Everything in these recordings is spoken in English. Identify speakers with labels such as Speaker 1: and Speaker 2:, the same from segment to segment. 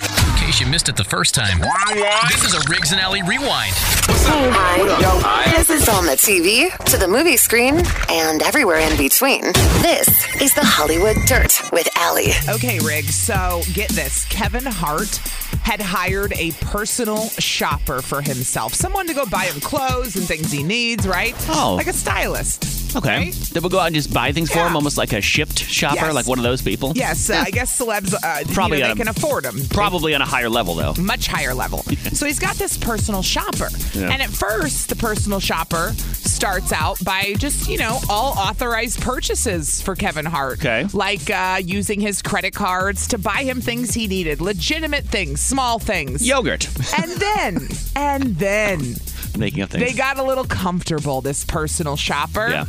Speaker 1: In case you missed it the first time, this is a Riggs and Alley rewind.
Speaker 2: Hi. This is on the TV, to the movie screen, and everywhere in between. This is the Hollywood Dirt with Allie.
Speaker 3: Okay, Riggs. So get this Kevin Hart had hired a personal shopper for himself, someone to go buy him clothes and things he needs, right?
Speaker 4: Oh.
Speaker 3: Like a stylist.
Speaker 4: Okay.
Speaker 3: Right?
Speaker 4: That would go out and just buy things for
Speaker 3: Yeah.
Speaker 4: him, almost like a shipped shopper,
Speaker 3: Yes.
Speaker 4: like one of those people.
Speaker 3: Yes, uh, I guess celebs, uh,
Speaker 4: Probably
Speaker 3: you know,
Speaker 4: on
Speaker 3: they
Speaker 4: a-
Speaker 3: can afford them.
Speaker 4: Probably on a higher level, though.
Speaker 3: much higher level. so he's got this personal shopper.
Speaker 4: Yeah.
Speaker 3: And at first, the personal shopper starts out by just, you know, all authorized purchases for Kevin Hart.
Speaker 4: Okay.
Speaker 3: Like uh, using his credit cards to buy him things he needed, legitimate things, small things.
Speaker 4: Yogurt.
Speaker 3: And then, and then
Speaker 4: Making up things.
Speaker 3: they got a little comfortable, this personal shopper.
Speaker 4: Yeah.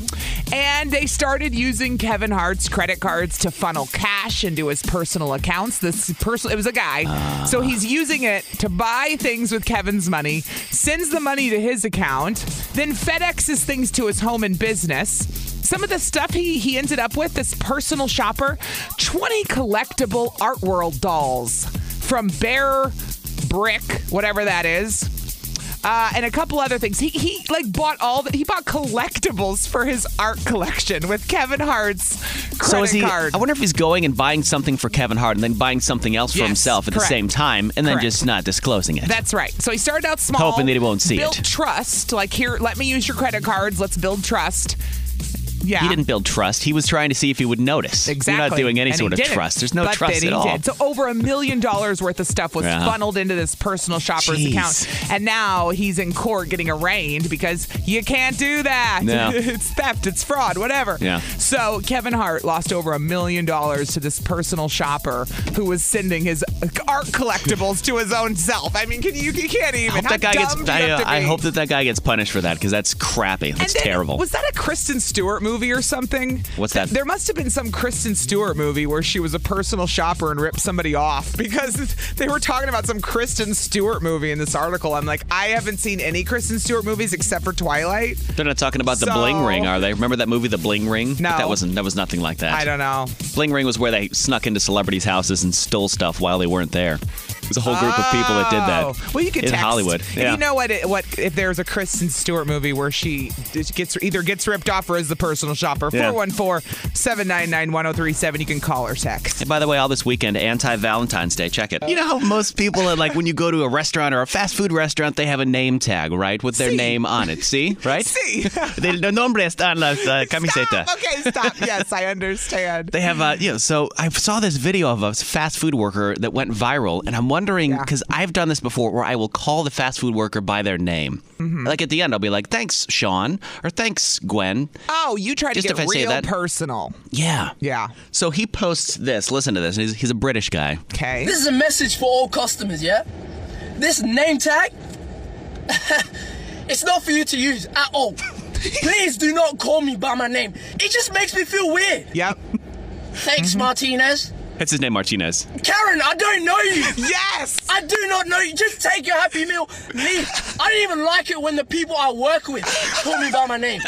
Speaker 3: And they started using Kevin Hart's credit cards to funnel cash into his personal accounts. This person it was a guy. so he's using it to buy things with Kevin's money, sends the money to his account, then FedExes things to his home and business. Some of the stuff he, he ended up with, this personal shopper, 20 collectible art world dolls from Bear Brick, whatever that is uh, and a couple other things. He he like bought all the, he bought collectibles for his art collection with Kevin Hart's credit
Speaker 4: so is he?
Speaker 3: card.
Speaker 4: I wonder if he's going and buying something for Kevin Hart, and then buying something else for
Speaker 3: Yes,
Speaker 4: himself at
Speaker 3: correct.
Speaker 4: the same time, and then
Speaker 3: Correct.
Speaker 4: just not disclosing it.
Speaker 3: That's right. So he started out small,
Speaker 4: Hoping that he won't see
Speaker 3: built
Speaker 4: it.
Speaker 3: trust. Like here, let me use your credit cards. Let's build trust. Yeah,
Speaker 4: He didn't build trust. He was trying to see if he would notice.
Speaker 3: Exactly.
Speaker 4: You're not doing any
Speaker 3: And
Speaker 4: sort
Speaker 3: he
Speaker 4: of
Speaker 3: didn't.
Speaker 4: trust. There's no
Speaker 3: But
Speaker 4: trust
Speaker 3: then he
Speaker 4: at all.
Speaker 3: Did. So over a million dollars worth of stuff was
Speaker 4: Yeah.
Speaker 3: funneled into this personal shopper's
Speaker 4: Jeez.
Speaker 3: account, and now he's in court getting arraigned because you can't do that.
Speaker 4: No.
Speaker 3: it's theft. It's fraud. Whatever.
Speaker 4: Yeah.
Speaker 3: So Kevin Hart lost over a million dollars to this personal shopper who was sending his art collectibles to his own self. I mean, can you, you can't even.
Speaker 4: I hope
Speaker 3: How
Speaker 4: that guy gets.
Speaker 3: dumb do you
Speaker 4: I,
Speaker 3: have
Speaker 4: uh,
Speaker 3: to
Speaker 4: I
Speaker 3: be?
Speaker 4: hope that that guy gets punished for that because that's crappy. That's
Speaker 3: And then-
Speaker 4: terrible.
Speaker 3: Was that a Kristen Stewart movie or something?
Speaker 4: What's that?
Speaker 3: There must have been some Kristen Stewart movie where she was a personal shopper and ripped somebody off because they were talking about some Kristen Stewart movie in this article. I'm like, I haven't seen any Kristen Stewart movies except for Twilight.
Speaker 4: They're not talking about the
Speaker 3: So-
Speaker 4: bling ring, are they? Remember that movie, The Bling Ring? But
Speaker 3: No.
Speaker 4: that wasn't. That was nothing like that.
Speaker 3: I don't know.
Speaker 4: Bling Ring was where they snuck into celebrities' houses and stole stuff while they weren't there. It was a whole group of people that did
Speaker 3: Oh.
Speaker 4: that.
Speaker 3: Well, you could
Speaker 4: in
Speaker 3: text.
Speaker 4: Hollywood.
Speaker 3: If
Speaker 4: Yeah.
Speaker 3: You know what? It, what if there's a Kristen Stewart movie where she just gets either gets ripped off or is the personal shopper?
Speaker 4: Yeah.
Speaker 3: 414-799-1037. You can call or text.
Speaker 4: And by the way, all this weekend, anti Valentine's Day. Check it. You know how most people are like when you go to a restaurant or a fast food restaurant, they have a name tag, right, with their name on it. See, right?
Speaker 3: See.
Speaker 4: Del nombre está en la uh, camiseta.
Speaker 3: Stop. Okay, stop. Yes, I understand.
Speaker 4: They have, uh, you know, so I saw this video of a fast food worker that went viral, and I'm wondering
Speaker 3: Yeah.
Speaker 4: because I've done this before where I will call the fast food worker by their name.
Speaker 3: Mm-hmm.
Speaker 4: Like at the end, I'll be like, thanks, Sean, or thanks, Gwen.
Speaker 3: Oh, you try to
Speaker 4: Just
Speaker 3: get
Speaker 4: if I say
Speaker 3: real
Speaker 4: that-
Speaker 3: personal.
Speaker 4: Yeah.
Speaker 3: Yeah.
Speaker 4: So he posts this. Listen to this. He's, he's a British guy.
Speaker 3: Okay.
Speaker 5: This is a message for all customers, yeah? This name tag, it's not for you to use at all. Please do not call me by my name. It just makes me feel weird.
Speaker 3: Yep.
Speaker 5: Thanks,
Speaker 3: Mm-hmm.
Speaker 5: Martinez.
Speaker 4: That's his name, Martinez.
Speaker 5: Karen, I don't know you.
Speaker 3: Yes.
Speaker 5: I do not know you. Just take your happy meal, leave. I don't even like it when the people I work with call me by my name.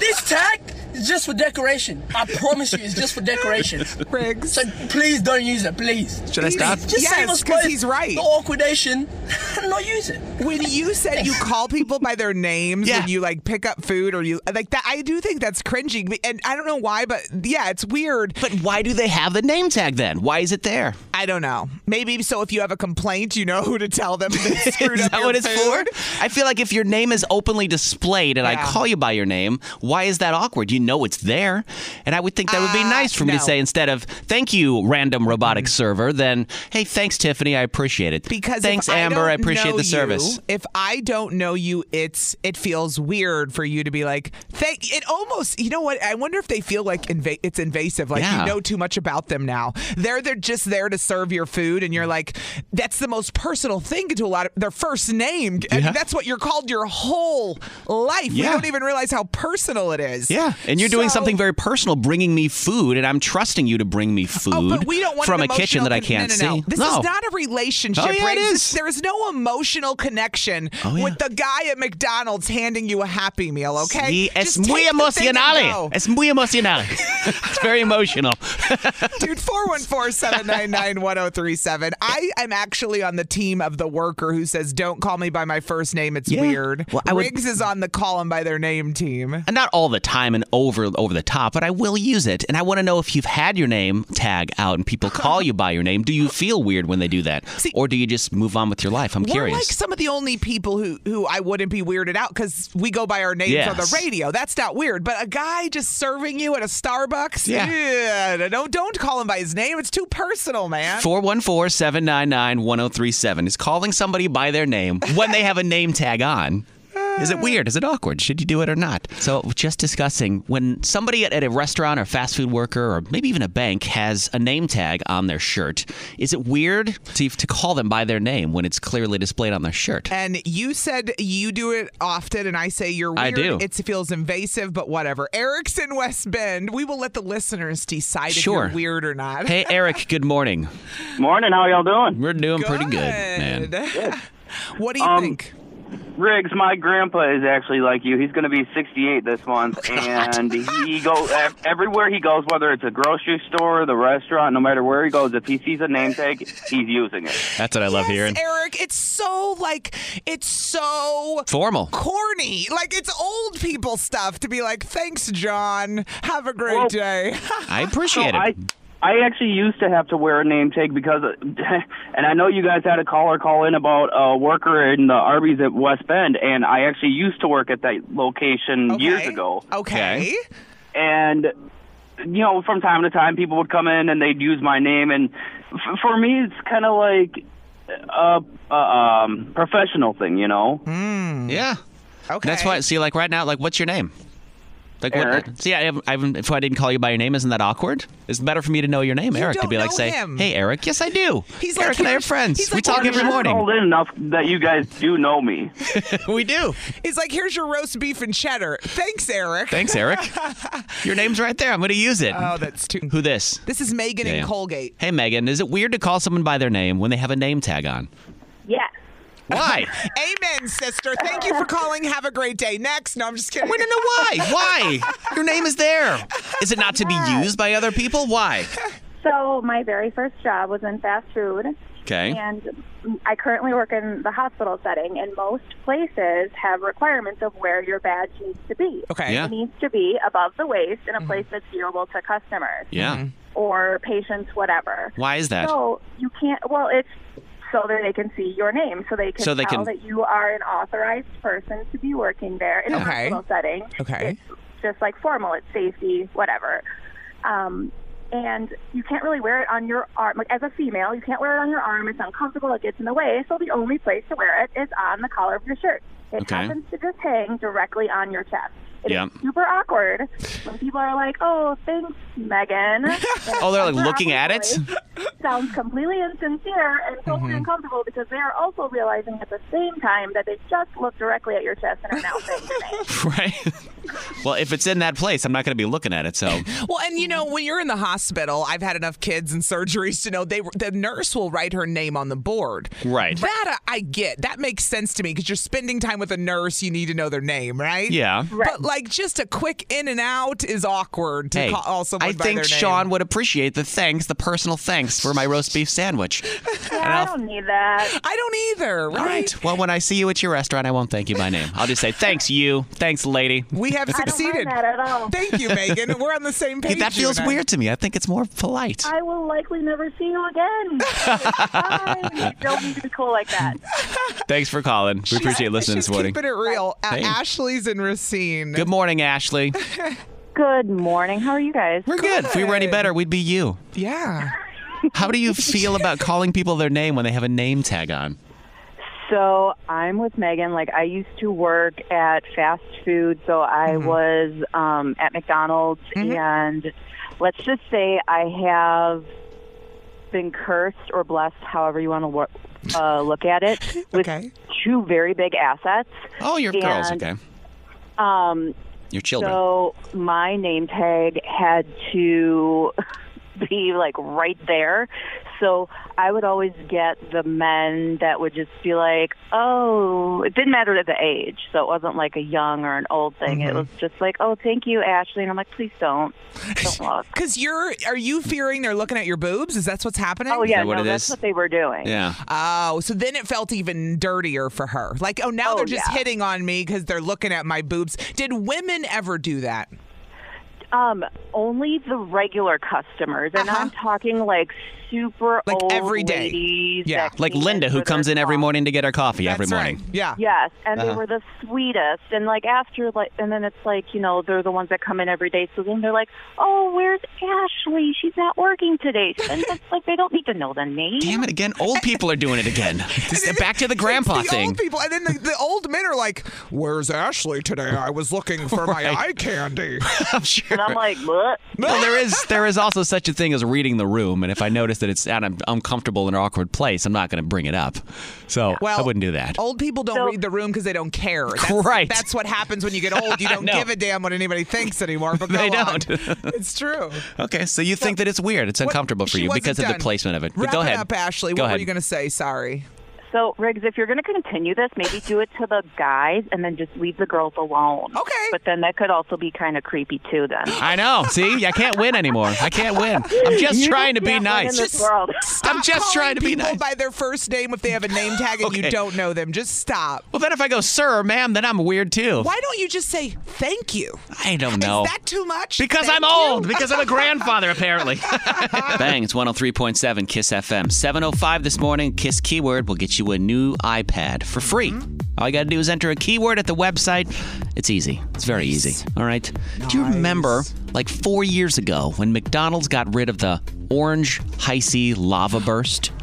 Speaker 5: This tag is just for decoration. I promise you, it's just for decoration.
Speaker 3: Riggs.
Speaker 5: So please don't use it, please.
Speaker 4: Should I stop?
Speaker 5: Just
Speaker 3: Yes,
Speaker 5: save us
Speaker 3: 'cause
Speaker 5: both
Speaker 3: he's right.
Speaker 5: The awkwardation and not use it.
Speaker 3: When you said you call people by their names
Speaker 4: Yeah.
Speaker 3: when you like pick up food or you like that, I do think that's cringy, and I don't know why, but yeah, it's weird.
Speaker 4: But why do they have the name tag then? Why is it there?
Speaker 3: I don't know. Maybe so if you have a complaint, you know who to tell them. They screwed
Speaker 4: Is
Speaker 3: up
Speaker 4: that
Speaker 3: your
Speaker 4: what it's
Speaker 3: food.
Speaker 4: for? I feel like if your name is openly displayed and
Speaker 3: Yeah.
Speaker 4: I call you by your name, why is that awkward? You know it's there. And I would think that would be
Speaker 3: Uh,
Speaker 4: nice for me
Speaker 3: no. Mm-hmm.
Speaker 4: to say instead of thank you, random robotic server, then hey, thanks, Tiffany. I appreciate it.
Speaker 3: Because if
Speaker 4: thanks,
Speaker 3: I
Speaker 4: Amber. I
Speaker 3: don't
Speaker 4: appreciate
Speaker 3: know
Speaker 4: the service.
Speaker 3: If I don't know you, it's it feels weird for you to be like, thank. It almost, you know what? I wonder if they feel like inva- it's invasive. Like
Speaker 4: Yeah.
Speaker 3: you know too much about them now. They're they're just there to serve your food, and you're like, that's the most personal thing to a lot of their first name. I mean,
Speaker 4: Yeah.
Speaker 3: that's what you're called your whole life. We
Speaker 4: Yeah.
Speaker 3: don't even realize how personal it is.
Speaker 4: Yeah, and you're doing
Speaker 3: So-
Speaker 4: something very personal, bringing me food, and I'm trusting you to bring me food
Speaker 3: Oh, but we don't want
Speaker 4: from
Speaker 3: an
Speaker 4: a kitchen
Speaker 3: emotional
Speaker 4: that I
Speaker 3: con-
Speaker 4: can't
Speaker 3: no, no, no.
Speaker 4: see.
Speaker 3: This
Speaker 4: no,
Speaker 3: is not a relationship.
Speaker 4: Oh, yeah,
Speaker 3: right?
Speaker 4: it
Speaker 3: This-
Speaker 4: is.
Speaker 3: There is no emotional connection
Speaker 4: Oh, yeah.
Speaker 3: with the guy at McDonald's handing you a Happy Meal. Okay,
Speaker 4: Sí, es
Speaker 3: Just
Speaker 4: muy
Speaker 3: take the thing and
Speaker 4: emocional. eh.
Speaker 3: go.
Speaker 4: Es muy emocional. it's very emotional.
Speaker 3: Dude, 414-799-1037. I am actually on the team of the worker who says, don't call me by my first name. It's
Speaker 4: Yeah.
Speaker 3: weird.
Speaker 4: Well, I would-
Speaker 3: Riggs is on the call 'em by their name team.
Speaker 4: And not all the time and over over the top, but I will use it. And I want to know if you've had your name tag out and people call you by your name. Do you feel weird when they do that, or do you just move on with your life? I'm
Speaker 3: We're like
Speaker 4: curious.
Speaker 3: some of the only people who, who I wouldn't be weirded out because we go by our names on the
Speaker 4: Yes.
Speaker 3: radio. That's not weird. But a guy just serving you at a Starbucks,
Speaker 4: Yeah.
Speaker 3: yeah, don't don't call him by his name. It's too personal, man.
Speaker 4: 414 799 1037 is calling somebody by their name when they have a name tag on. Is it weird? Is it awkward? Should you do it or not? So, just discussing when somebody at, at a restaurant or fast food worker or maybe even a bank has a name tag on their shirt, is it weird to, to call them by their name when it's clearly displayed on their shirt?
Speaker 3: And you said you do it often, and I say you're weird.
Speaker 4: I do.
Speaker 3: It's- It feels invasive, but whatever. Eric's in West Bend. We will let the listeners decide
Speaker 4: Sure.
Speaker 3: if you're weird or not.
Speaker 4: Hey, Eric, good morning.
Speaker 6: Morning, how y'all doing?
Speaker 4: We're doing pretty good, man.
Speaker 3: what do you think?
Speaker 6: Um, Riggs, my grandpa is actually like you. He's going to be 68 this month,
Speaker 3: Oh,
Speaker 6: and he goes everywhere he goes, whether it's a grocery store, the restaurant, no matter where he goes. If he sees a name tag, he's using it.
Speaker 4: That's what I love
Speaker 3: Yes,
Speaker 4: hearing.
Speaker 3: Eric, it's so like it's so
Speaker 4: Formal.
Speaker 3: corny. Like it's old people stuff to be like, thanks, John. Have a great
Speaker 6: Well-
Speaker 3: day.
Speaker 4: I appreciate
Speaker 6: I
Speaker 4: it.
Speaker 6: Oh, I actually used to have to wear a name tag because, and I know you guys had a caller call in about a worker in the Arby's at West Bend, and I actually used to work at that location years
Speaker 3: Okay.
Speaker 6: ago.
Speaker 3: Okay.
Speaker 6: and you know from time to time people would come in and they'd use my name and f- for me it's kind of like a, a um, professional thing you know
Speaker 4: Hmm. Yeah.
Speaker 3: Mm. Okay.
Speaker 4: That's why. See, like right now, like what's your name? Like
Speaker 6: Eric.
Speaker 4: what? See, I haven't, I haven't, if I didn't call you by your name, isn't that awkward? It's better for me to know your name,
Speaker 3: You
Speaker 4: Eric, to
Speaker 3: don't
Speaker 4: be like,
Speaker 3: know
Speaker 4: say,
Speaker 3: him.
Speaker 4: hey, Eric. Yes, I do.
Speaker 3: He's
Speaker 4: Eric
Speaker 3: like
Speaker 4: and I
Speaker 3: your-
Speaker 4: are friends.
Speaker 3: he's
Speaker 4: We
Speaker 3: like
Speaker 4: talk
Speaker 3: one of
Speaker 4: every
Speaker 3: your
Speaker 6: I'm
Speaker 4: morning.
Speaker 6: old enough that you guys do know me
Speaker 4: we do.
Speaker 3: He's like, here's your roast beef and cheddar. Thanks, Eric.
Speaker 4: Thanks, Eric. your name's right there. I'm going to use it.
Speaker 3: oh, that's too.
Speaker 4: Who this?
Speaker 3: This is Megan
Speaker 4: Yeah.
Speaker 3: and Colgate.
Speaker 4: Hey, Megan. Is it weird to call someone by their name when they have a name tag on?
Speaker 7: Yes.
Speaker 4: Why?
Speaker 3: Amen, sister. Thank you for calling. Have a great day. Next. No, I'm just kidding.
Speaker 4: we don't know why. Why? Your name is there. Is it not to be used by other people? Why?
Speaker 7: So my very first job was in fast food,
Speaker 4: Okay.
Speaker 7: and I currently work in the hospital setting. And most places have requirements of where your badge needs to be.
Speaker 3: Okay. Mm-hmm.
Speaker 4: Yeah.
Speaker 7: It needs to be above the waist in a place that's viewable to customers
Speaker 4: Yeah.
Speaker 7: or patients, whatever.
Speaker 4: Why is that?
Speaker 7: So you can't. Well, it's so that they can see your name, so they can
Speaker 4: So they
Speaker 7: tell
Speaker 4: can-
Speaker 7: that you are an authorized person to be working there in
Speaker 3: Okay.
Speaker 7: a hospital setting.
Speaker 3: Okay.
Speaker 7: It's just like formal. It's safety, whatever. Um, and you can't really wear it on your arm. Like as a female, you can't wear it on your arm. It's uncomfortable. It gets in the way. So the only place to wear it is on the collar of your shirt. It
Speaker 4: Okay.
Speaker 7: happens to just hang directly on your chest. It is
Speaker 4: Yep.
Speaker 7: super awkward when people are like, "Oh, thanks, Megan."
Speaker 4: Oh, they're like looking at it. Mm-hmm.
Speaker 7: sounds completely insincere and totally uncomfortable because they are also realizing at the same time that they just looked directly at your chest and are now saying your name.
Speaker 4: Right. well, if it's in that place, I'm not going to be looking at it. So,
Speaker 3: Well, and you know, when you're in the hospital, I've had enough kids and surgeries to know they the nurse will write her name on the board.
Speaker 4: Right.
Speaker 3: That I I get. That makes sense to me because you're spending time with a nurse. You need to know their name, right?
Speaker 4: yeah.
Speaker 3: But like, just a quick in and out is awkward to
Speaker 4: Hey,
Speaker 3: call call someone
Speaker 4: I
Speaker 3: by
Speaker 4: think
Speaker 3: their name.
Speaker 4: Sean would appreciate the thanks, the personal thanks for my roast beef sandwich.
Speaker 7: Yeah, I don't need that.
Speaker 3: I don't either. Right.
Speaker 4: All right. Well, when I see you at your restaurant, I won't thank you by name. I'll just say, thanks, you. Thanks, lady.
Speaker 3: We have
Speaker 7: I don't
Speaker 3: succeeded.
Speaker 7: mind that at all.
Speaker 3: Thank you, Megan. We're on the same page.
Speaker 4: that
Speaker 3: you
Speaker 4: feels
Speaker 3: and I.
Speaker 4: weird to me. I think it's more polite.
Speaker 7: I will likely never see you again. It's fine. You don't need to be cool like that.
Speaker 4: thanks for calling. We appreciate listening
Speaker 3: She's
Speaker 4: this morning.
Speaker 3: keeping it real. Uh,
Speaker 4: Hey.
Speaker 3: Ashley's in Racine.
Speaker 4: Good morning, Ashley.
Speaker 8: Good morning. How are you guys?
Speaker 4: We're good. If we were any
Speaker 3: Good.
Speaker 4: better, we'd be you.
Speaker 3: Yeah.
Speaker 4: How do you feel about calling people their name when they have a name tag on?
Speaker 8: So I'm with Megan. Like I used to work at fast food, so I
Speaker 4: Mm-hmm.
Speaker 8: was um, at McDonald's, and let's just say I have been cursed or blessed, however you want to wor- uh, look at it, with
Speaker 3: Okay.
Speaker 8: two very big assets.
Speaker 4: Oh, you're girls.
Speaker 8: And,
Speaker 4: Okay.
Speaker 8: Um,
Speaker 4: Your children.
Speaker 8: so my name tag had to be like right there. So I would always get the men that would just be like, "Oh, it didn't matter the age, so it wasn't like a young or an old thing.
Speaker 3: Mm-hmm.
Speaker 8: It was just like, "Oh, thank you, Ashley," and I'm like, "Please don't, don't look."
Speaker 3: Because you're, are you fearing they're looking at your boobs? Is that what's happening?
Speaker 8: Oh yeah,
Speaker 4: that what
Speaker 8: no,
Speaker 4: it
Speaker 8: that's
Speaker 4: is?
Speaker 8: what they were doing.
Speaker 4: yeah.
Speaker 3: Oh, so then it felt even dirtier for her. Like, oh, now
Speaker 8: Oh,
Speaker 3: they're just
Speaker 8: yeah.
Speaker 3: hitting on me because they're looking at my boobs. Did women ever do that?
Speaker 8: Um, only the regular customers, and
Speaker 3: Uh-huh.
Speaker 8: I'm talking like super
Speaker 3: Like
Speaker 8: old
Speaker 3: every day.
Speaker 8: ladies
Speaker 3: Yeah.
Speaker 8: that
Speaker 4: Like
Speaker 8: came
Speaker 4: Linda, who
Speaker 8: for
Speaker 4: comes
Speaker 8: their
Speaker 4: in every
Speaker 8: coffee.
Speaker 4: morning to get her coffee every
Speaker 3: That's right.
Speaker 4: morning.
Speaker 3: Yeah.
Speaker 8: Yes, and
Speaker 4: Uh-huh.
Speaker 8: they were the sweetest. And like after, like, and then it's like you know they're the ones that come in every day. So then they're like, "Oh, where's Ashley? She's not working today." And it's like they don't need to know the name.
Speaker 4: Damn it again. Old people are doing it again. This- back to the grandpa
Speaker 3: the
Speaker 4: thing.
Speaker 3: Old people, and then the, the old men are like, "Where's Ashley today? I was looking for my eye candy."
Speaker 4: I'm sure.
Speaker 8: And I'm like, "What?"
Speaker 4: Well, there is there is also such a thing as reading the room, and if I notice that it's at an uncomfortable and awkward place, I'm not going to bring it up. So
Speaker 3: Well,
Speaker 4: Oh, I wouldn't do that.
Speaker 3: Old people don't
Speaker 8: So-
Speaker 3: read the room because they don't care. That's,
Speaker 4: Right.
Speaker 3: That's what happens when you get old. You don't
Speaker 4: know.
Speaker 3: give a damn what anybody thinks anymore. But
Speaker 4: They
Speaker 3: go on.
Speaker 4: don't.
Speaker 3: it's true.
Speaker 4: Okay, so you think that it's weird, it's uncomfortable for
Speaker 3: She
Speaker 4: you
Speaker 3: wasn't
Speaker 4: because of
Speaker 3: done.
Speaker 4: the placement of it. But
Speaker 3: Wrap
Speaker 4: go
Speaker 3: it
Speaker 4: ahead,
Speaker 3: up, Ashley.
Speaker 4: Go
Speaker 3: what
Speaker 4: ahead.
Speaker 3: were you going to say? Sorry.
Speaker 8: So Riggs, if you're going to continue this, maybe do it to the guys, and then just leave the girls alone.
Speaker 3: Okay.
Speaker 8: But then that could also be kind of creepy too. Then
Speaker 4: I know. See, I can't win anymore. I can't win. I'm just
Speaker 8: You
Speaker 4: trying to
Speaker 8: just
Speaker 4: be
Speaker 8: can't win in
Speaker 4: nice.
Speaker 8: this world.
Speaker 4: I'm
Speaker 3: Stop
Speaker 4: just
Speaker 3: calling
Speaker 4: trying to be
Speaker 3: people
Speaker 4: nice.
Speaker 3: by their first name if they have a name tag and you
Speaker 4: Okay.
Speaker 3: don't know them. Just stop.
Speaker 4: well, then if I go sir or ma'am, then I'm weird too.
Speaker 3: Why don't you just say thank you?
Speaker 4: I don't know.
Speaker 3: Is that too much?
Speaker 4: Because
Speaker 3: Thank
Speaker 4: I'm
Speaker 3: you.
Speaker 4: old. Because I'm a grandfather, apparently. Bang, it's 103.7 Kiss FM. 7.05 this morning, Kiss Keyword will get you a new iPad for free.
Speaker 3: Mm-hmm.
Speaker 4: All you got to do is enter a keyword at the website. It's easy. It's very easy. All right. Do you remember, like four years ago, when McDonald's got rid of the orange Heisey lava burst?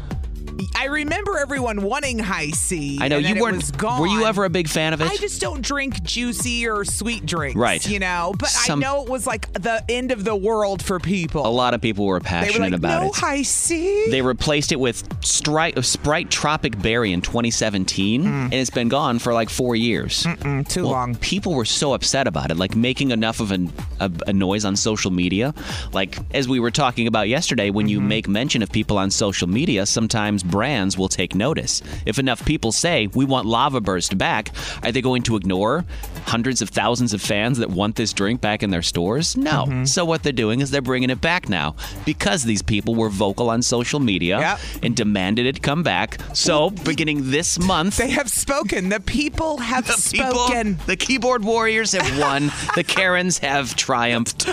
Speaker 3: I remember everyone wanting high C.
Speaker 4: I know
Speaker 3: and then
Speaker 4: you
Speaker 3: it was
Speaker 4: weren't.
Speaker 3: gone.
Speaker 4: Were you ever a big fan of it?
Speaker 3: I just don't drink juicy or sweet drinks.
Speaker 4: Right.
Speaker 3: You know, but
Speaker 4: Some-
Speaker 3: I know it was like the end of the world for people.
Speaker 4: a lot of people were
Speaker 3: they
Speaker 4: passionate
Speaker 3: were like,
Speaker 4: about
Speaker 3: no
Speaker 4: it.
Speaker 3: high C.
Speaker 4: They replaced it with Sprite, Sprite Tropic Berry in 2017, and it's been gone for like four years.
Speaker 3: Mm. Too
Speaker 4: Well,
Speaker 3: long.
Speaker 4: People were so upset about it, like making enough of an, a, a noise on social media. Like, as we were talking about yesterday, when
Speaker 3: Mm-hmm.
Speaker 4: you make mention of people on social media, sometimes brands will take notice. If enough people say, we want Lava Burst back, are they going to ignore hundreds of thousands of fans that want this drink back in their stores? No.
Speaker 3: Mm-hmm.
Speaker 4: So, what they're doing is they're bringing it back now because these people were vocal on social media
Speaker 3: Yep.
Speaker 4: and demanded it come back. So, beginning this month,
Speaker 3: They have spoken. The people have
Speaker 4: the people,
Speaker 3: spoken.
Speaker 4: the keyboard warriors have won. the Karens have triumphed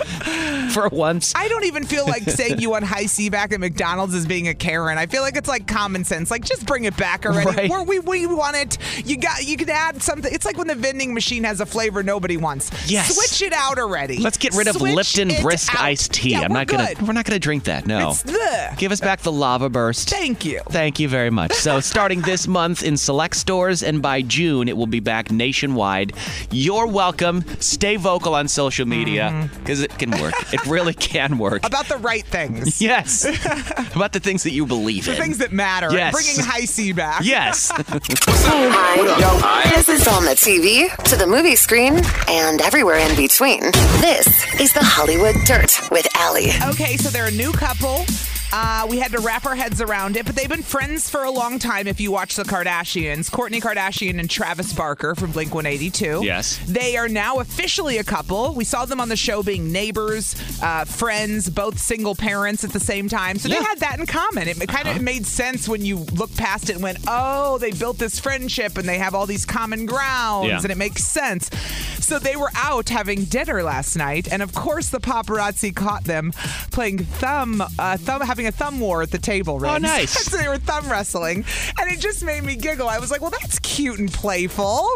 Speaker 4: for once.
Speaker 3: I don't even feel like saying you want high C back at McDonald's is being a Karen. I feel like it's like common sense. Like just bring it back already.
Speaker 4: Right.
Speaker 3: Where we, we want it. You got you can add something. It's like when the vending machine has a flavor nobody wants.
Speaker 4: Yes.
Speaker 3: Switch it out already.
Speaker 4: Let's get rid of
Speaker 3: Switch
Speaker 4: Lipton
Speaker 3: it
Speaker 4: Brisk
Speaker 3: out.
Speaker 4: iced tea.
Speaker 3: Yeah,
Speaker 4: I'm
Speaker 3: we're
Speaker 4: not
Speaker 3: good.
Speaker 4: gonna. We're not gonna drink that. No.
Speaker 3: It's the
Speaker 4: Give us back the lava burst.
Speaker 3: Thank you.
Speaker 4: Thank you very much. So, starting this month in select stores, and by June, it will be back nationwide. You're welcome. Stay vocal on social media because it can work. It really can work.
Speaker 3: Mm-hmm. About the right things.
Speaker 4: yes. About the things that you believe
Speaker 3: The
Speaker 4: in.
Speaker 3: things that matter.
Speaker 4: Yes.
Speaker 3: Bringing high C back.
Speaker 4: yes.
Speaker 2: Hi. This is on the TV, to the movie screen, and everywhere in between. This is the Hollywood Dirt with Allie.
Speaker 3: Okay, so they're a new couple. Uh, we had to wrap our heads around it, but they've been friends for a long time. If you watch the Kardashians, Courtney Kardashian and Travis Barker from Blink 182.
Speaker 4: Yes.
Speaker 3: They are now officially a couple. We saw them on the show being neighbors, uh, friends, both single parents at the same time. So
Speaker 4: Yeah. Uh-huh.
Speaker 3: they had that in common. It kind of made sense when you looked past it and went, oh, they built this friendship and they have all these common grounds
Speaker 4: Yeah.
Speaker 3: and it makes sense. So they were out having dinner last night, and of course the paparazzi caught them playing thumb, uh, thumb, having a thumb war at the table. Riggs.
Speaker 4: Oh, nice.
Speaker 3: so they were thumb wrestling, and it just made me giggle. I was like, "Well, that's cute and playful."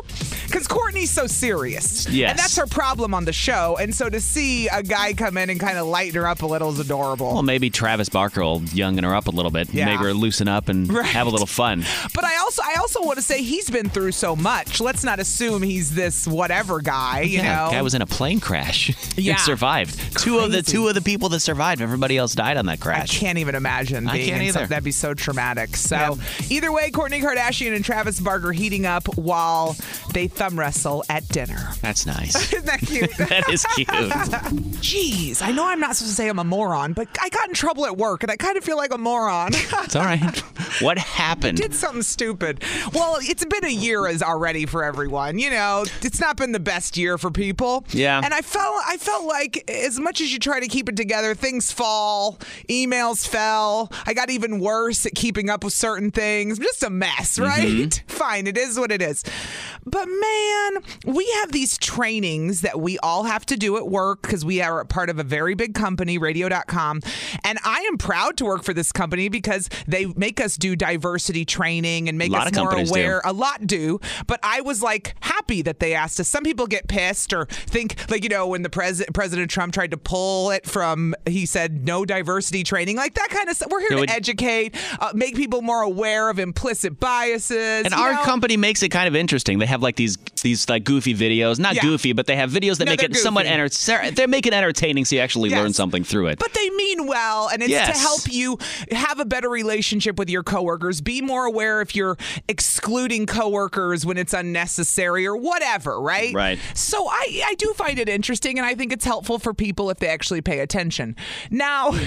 Speaker 3: because Courtney's so serious.
Speaker 4: Yes.
Speaker 3: And that's her problem on the show. And so to see a guy come in and kind of lighten her up a little is adorable.
Speaker 4: Well, maybe Travis Barker will youngen her up a little bit,
Speaker 3: Yeah.
Speaker 4: make her loosen up and
Speaker 3: Right.
Speaker 4: have a little fun.
Speaker 3: But I also I also want to say he's been through so much. Let's not assume he's this whatever guy, you
Speaker 4: yeah,
Speaker 3: know.
Speaker 4: guy was in a plane crash
Speaker 3: Yeah.
Speaker 4: and survived. Two of the
Speaker 3: Crazy.
Speaker 4: two of the people that survived, everybody else died on that
Speaker 3: I
Speaker 4: crash.
Speaker 3: can't even imagine
Speaker 4: I
Speaker 3: being
Speaker 4: can't
Speaker 3: in
Speaker 4: either.
Speaker 3: some- that'd be so traumatic. So
Speaker 4: Yeah.
Speaker 3: either way, Courtney Kardashian and Travis Barker heating up while they thumb wrestle at dinner.
Speaker 4: That's nice.
Speaker 3: Isn't that cute?
Speaker 4: that is cute.
Speaker 3: Jeez, I know I'm not supposed to say I'm a moron, but I got in trouble at work and I kind of feel like a moron.
Speaker 4: It's all right. What happened?
Speaker 3: did something stupid. Well, it's been a year as already for everyone. You know, it's not been the best year for people.
Speaker 4: Yeah.
Speaker 3: And I felt I felt like as much as you try to keep it together, things fall. Emails fell. I got even worse at keeping up with certain things. Just a mess, right?
Speaker 4: Mm-hmm.
Speaker 3: Fine, it is what it is. But man, we have these trainings that we all have to do at work because we are a part of a very big company, radio.com. And I am proud to work for this company because they make us do diversity training and make
Speaker 4: Lot
Speaker 3: us
Speaker 4: of
Speaker 3: more
Speaker 4: companies do.
Speaker 3: aware. A lot do, but I was like happy that they asked us. Some people get pissed or think like you know when the pres- President Trump tried to pull it from he said no diversity training like that kind of stuff. We're here
Speaker 4: It
Speaker 3: to
Speaker 4: would-
Speaker 3: educate, uh, make people more aware of implicit biases.
Speaker 4: And
Speaker 3: you
Speaker 4: our
Speaker 3: know?
Speaker 4: company makes it kind of interesting. They have like these these like goofy videos, not
Speaker 3: Yeah.
Speaker 4: goofy, but they have videos that
Speaker 3: No,
Speaker 4: make
Speaker 3: they're
Speaker 4: it somewhat
Speaker 3: goofy.
Speaker 4: enter- they make it entertaining, so you actually
Speaker 3: Yes.
Speaker 4: learn something through it.
Speaker 3: But they mean well, and it's to
Speaker 4: Yes.
Speaker 3: help you have a better relationship with your coworkers. Be more aware if you're excluding coworkers when it's unnecessary or whatever, right?
Speaker 4: Right.
Speaker 3: So I, I do find it interesting, and I think it's helpful for people if they actually pay attention. Now,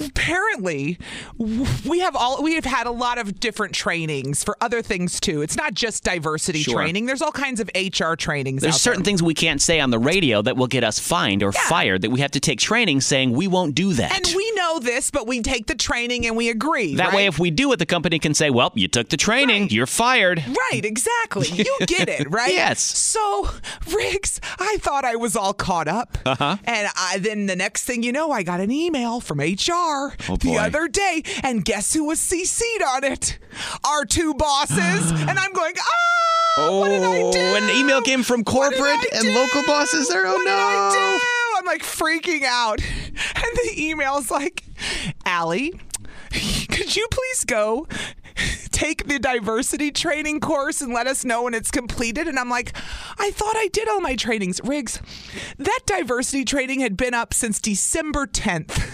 Speaker 3: apparently, w- we have all we have had a lot of different trainings for other things too. It's not just diversity
Speaker 4: Sure.
Speaker 3: training. There's all kinds of HR trainings.
Speaker 4: There's
Speaker 3: out
Speaker 4: certain
Speaker 3: there.
Speaker 4: things we can't say on the radio that will get us fined or fired that we have to take training saying we won't do that.
Speaker 3: And we know this, but we take the training and we agree.
Speaker 4: that way
Speaker 3: right?
Speaker 4: if we do it the company can say, "Well, you took the training, you're fired."
Speaker 3: Right, exactly. You get it, right?
Speaker 4: Yes.
Speaker 3: So, Riggs, I thought I was all caught up. Uh-huh. And I, then the next thing you know, I got an email from HR the
Speaker 4: Oh, boy.
Speaker 3: other day, and guess who was CC'd on it? Our two bosses. and I'm going, ah, what did I do?
Speaker 4: Oh, an email came from
Speaker 3: What did I
Speaker 4: corporate and
Speaker 3: do?
Speaker 4: local bosses there. Oh
Speaker 3: What did I
Speaker 4: no.
Speaker 3: do? I'm like freaking out. And the email's like, Allie, could you please go take the diversity training course and let us know when it's completed? And I'm like, I thought I did all my trainings. Riggs, that diversity training had been up since December 10th.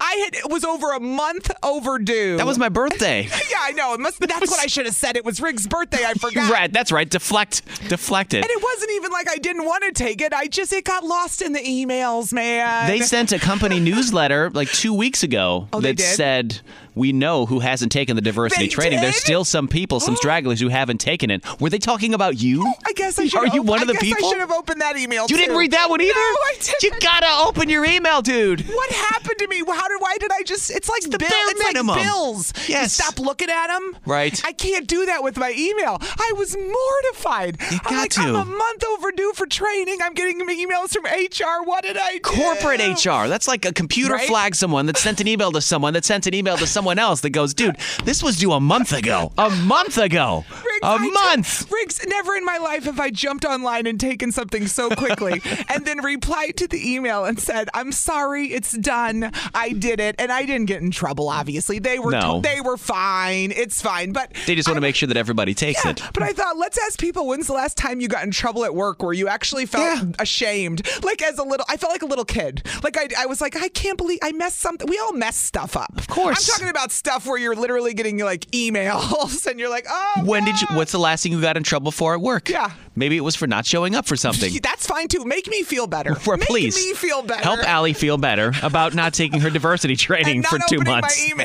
Speaker 3: I had it was over a month overdue.
Speaker 4: That was my birthday.
Speaker 3: Yeah, I know. It must be that's what I should have said. It was Riggs' birthday. I forgot.
Speaker 4: right, that's right. Deflect. Deflect it.
Speaker 3: And it wasn't even like I didn't want to take it. I just it got lost in the emails, man.
Speaker 4: They sent a company newsletter like two weeks ago
Speaker 3: Oh, they
Speaker 4: that
Speaker 3: did?
Speaker 4: said, We know who hasn't taken the diversity
Speaker 3: They
Speaker 4: training. There's
Speaker 3: did? Oh.
Speaker 4: still some people, some stragglers who haven't taken it. Were they talking about you?
Speaker 3: I guess I should.
Speaker 4: Are you one of the
Speaker 3: I guess
Speaker 4: people?
Speaker 3: I should have opened that email.
Speaker 4: you didn't
Speaker 3: too.
Speaker 4: read that one either?
Speaker 3: No, I didn't.
Speaker 4: You gotta open your email, dude.
Speaker 3: what happened to me? How did? Why did I just? It's like
Speaker 4: the
Speaker 3: bill-
Speaker 4: bare
Speaker 3: it's
Speaker 4: minimum.
Speaker 3: like bills. You
Speaker 4: Yes.
Speaker 3: stop looking at them.
Speaker 4: Right.
Speaker 3: I can't do that with my email. I was mortified.
Speaker 4: You
Speaker 3: I'm
Speaker 4: got
Speaker 3: like, I'm
Speaker 4: to.
Speaker 3: a month overdue for training. I'm getting emails from HR. What did I do?
Speaker 4: Corporate HR. That's like a computer
Speaker 3: Right?
Speaker 4: flag someone that sent an email to someone that sent an email to someone else that goes, dude, this was due a month ago. A month ago.
Speaker 3: Riggs,
Speaker 4: a
Speaker 3: I ju-
Speaker 4: month.
Speaker 3: Riggs, never in my life have I jumped online and taken something so quickly and then replied to the email and said, "I'm sorry, it's done. I did it, and I didn't get in trouble. Obviously, they were
Speaker 4: No.
Speaker 3: they were fine. It's fine." But
Speaker 4: they just want to
Speaker 3: I-
Speaker 4: make sure that everybody takes
Speaker 3: yeah,
Speaker 4: it.
Speaker 3: but I thought let's ask people when's the last time you got in trouble at work where you actually felt
Speaker 4: Yeah.
Speaker 3: ashamed like as a little I felt like a little kid like I, I was like I can't believe I messed something we all mess stuff up of
Speaker 4: course.
Speaker 3: I'm talking about stuff where you're literally getting like emails and you're like oh
Speaker 4: When did you?
Speaker 3: no."
Speaker 4: What's the last thing you got in trouble for at work?
Speaker 3: Yeah.
Speaker 4: Maybe it was for not showing up for something.
Speaker 3: That's fine too. Make me feel better.
Speaker 4: Or
Speaker 3: Make
Speaker 4: please
Speaker 3: me feel better.
Speaker 4: Help Allie feel better about not taking her diversity training
Speaker 3: and not
Speaker 4: for two
Speaker 3: opening
Speaker 4: months.
Speaker 3: my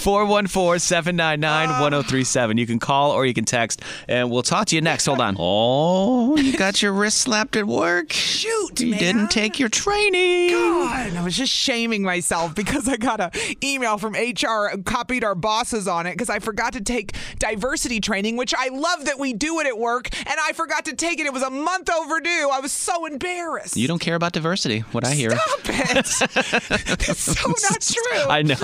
Speaker 4: 414 799 1037. You can call or you can text, and we'll talk to you next. Hold on. Oh, you got your wrist slapped at work.
Speaker 3: Shoot,
Speaker 4: You
Speaker 3: man.
Speaker 4: didn't take your training.
Speaker 3: God, I was just shaming myself because I got a email from HR and copied our bosses on it because I forgot to take diversity training, which I love that we do do it at work, and I forgot to take it. It was a month overdue. I was so embarrassed.
Speaker 4: You don't care about diversity, what I hear.
Speaker 3: Stop it. That's so not true.
Speaker 4: I know.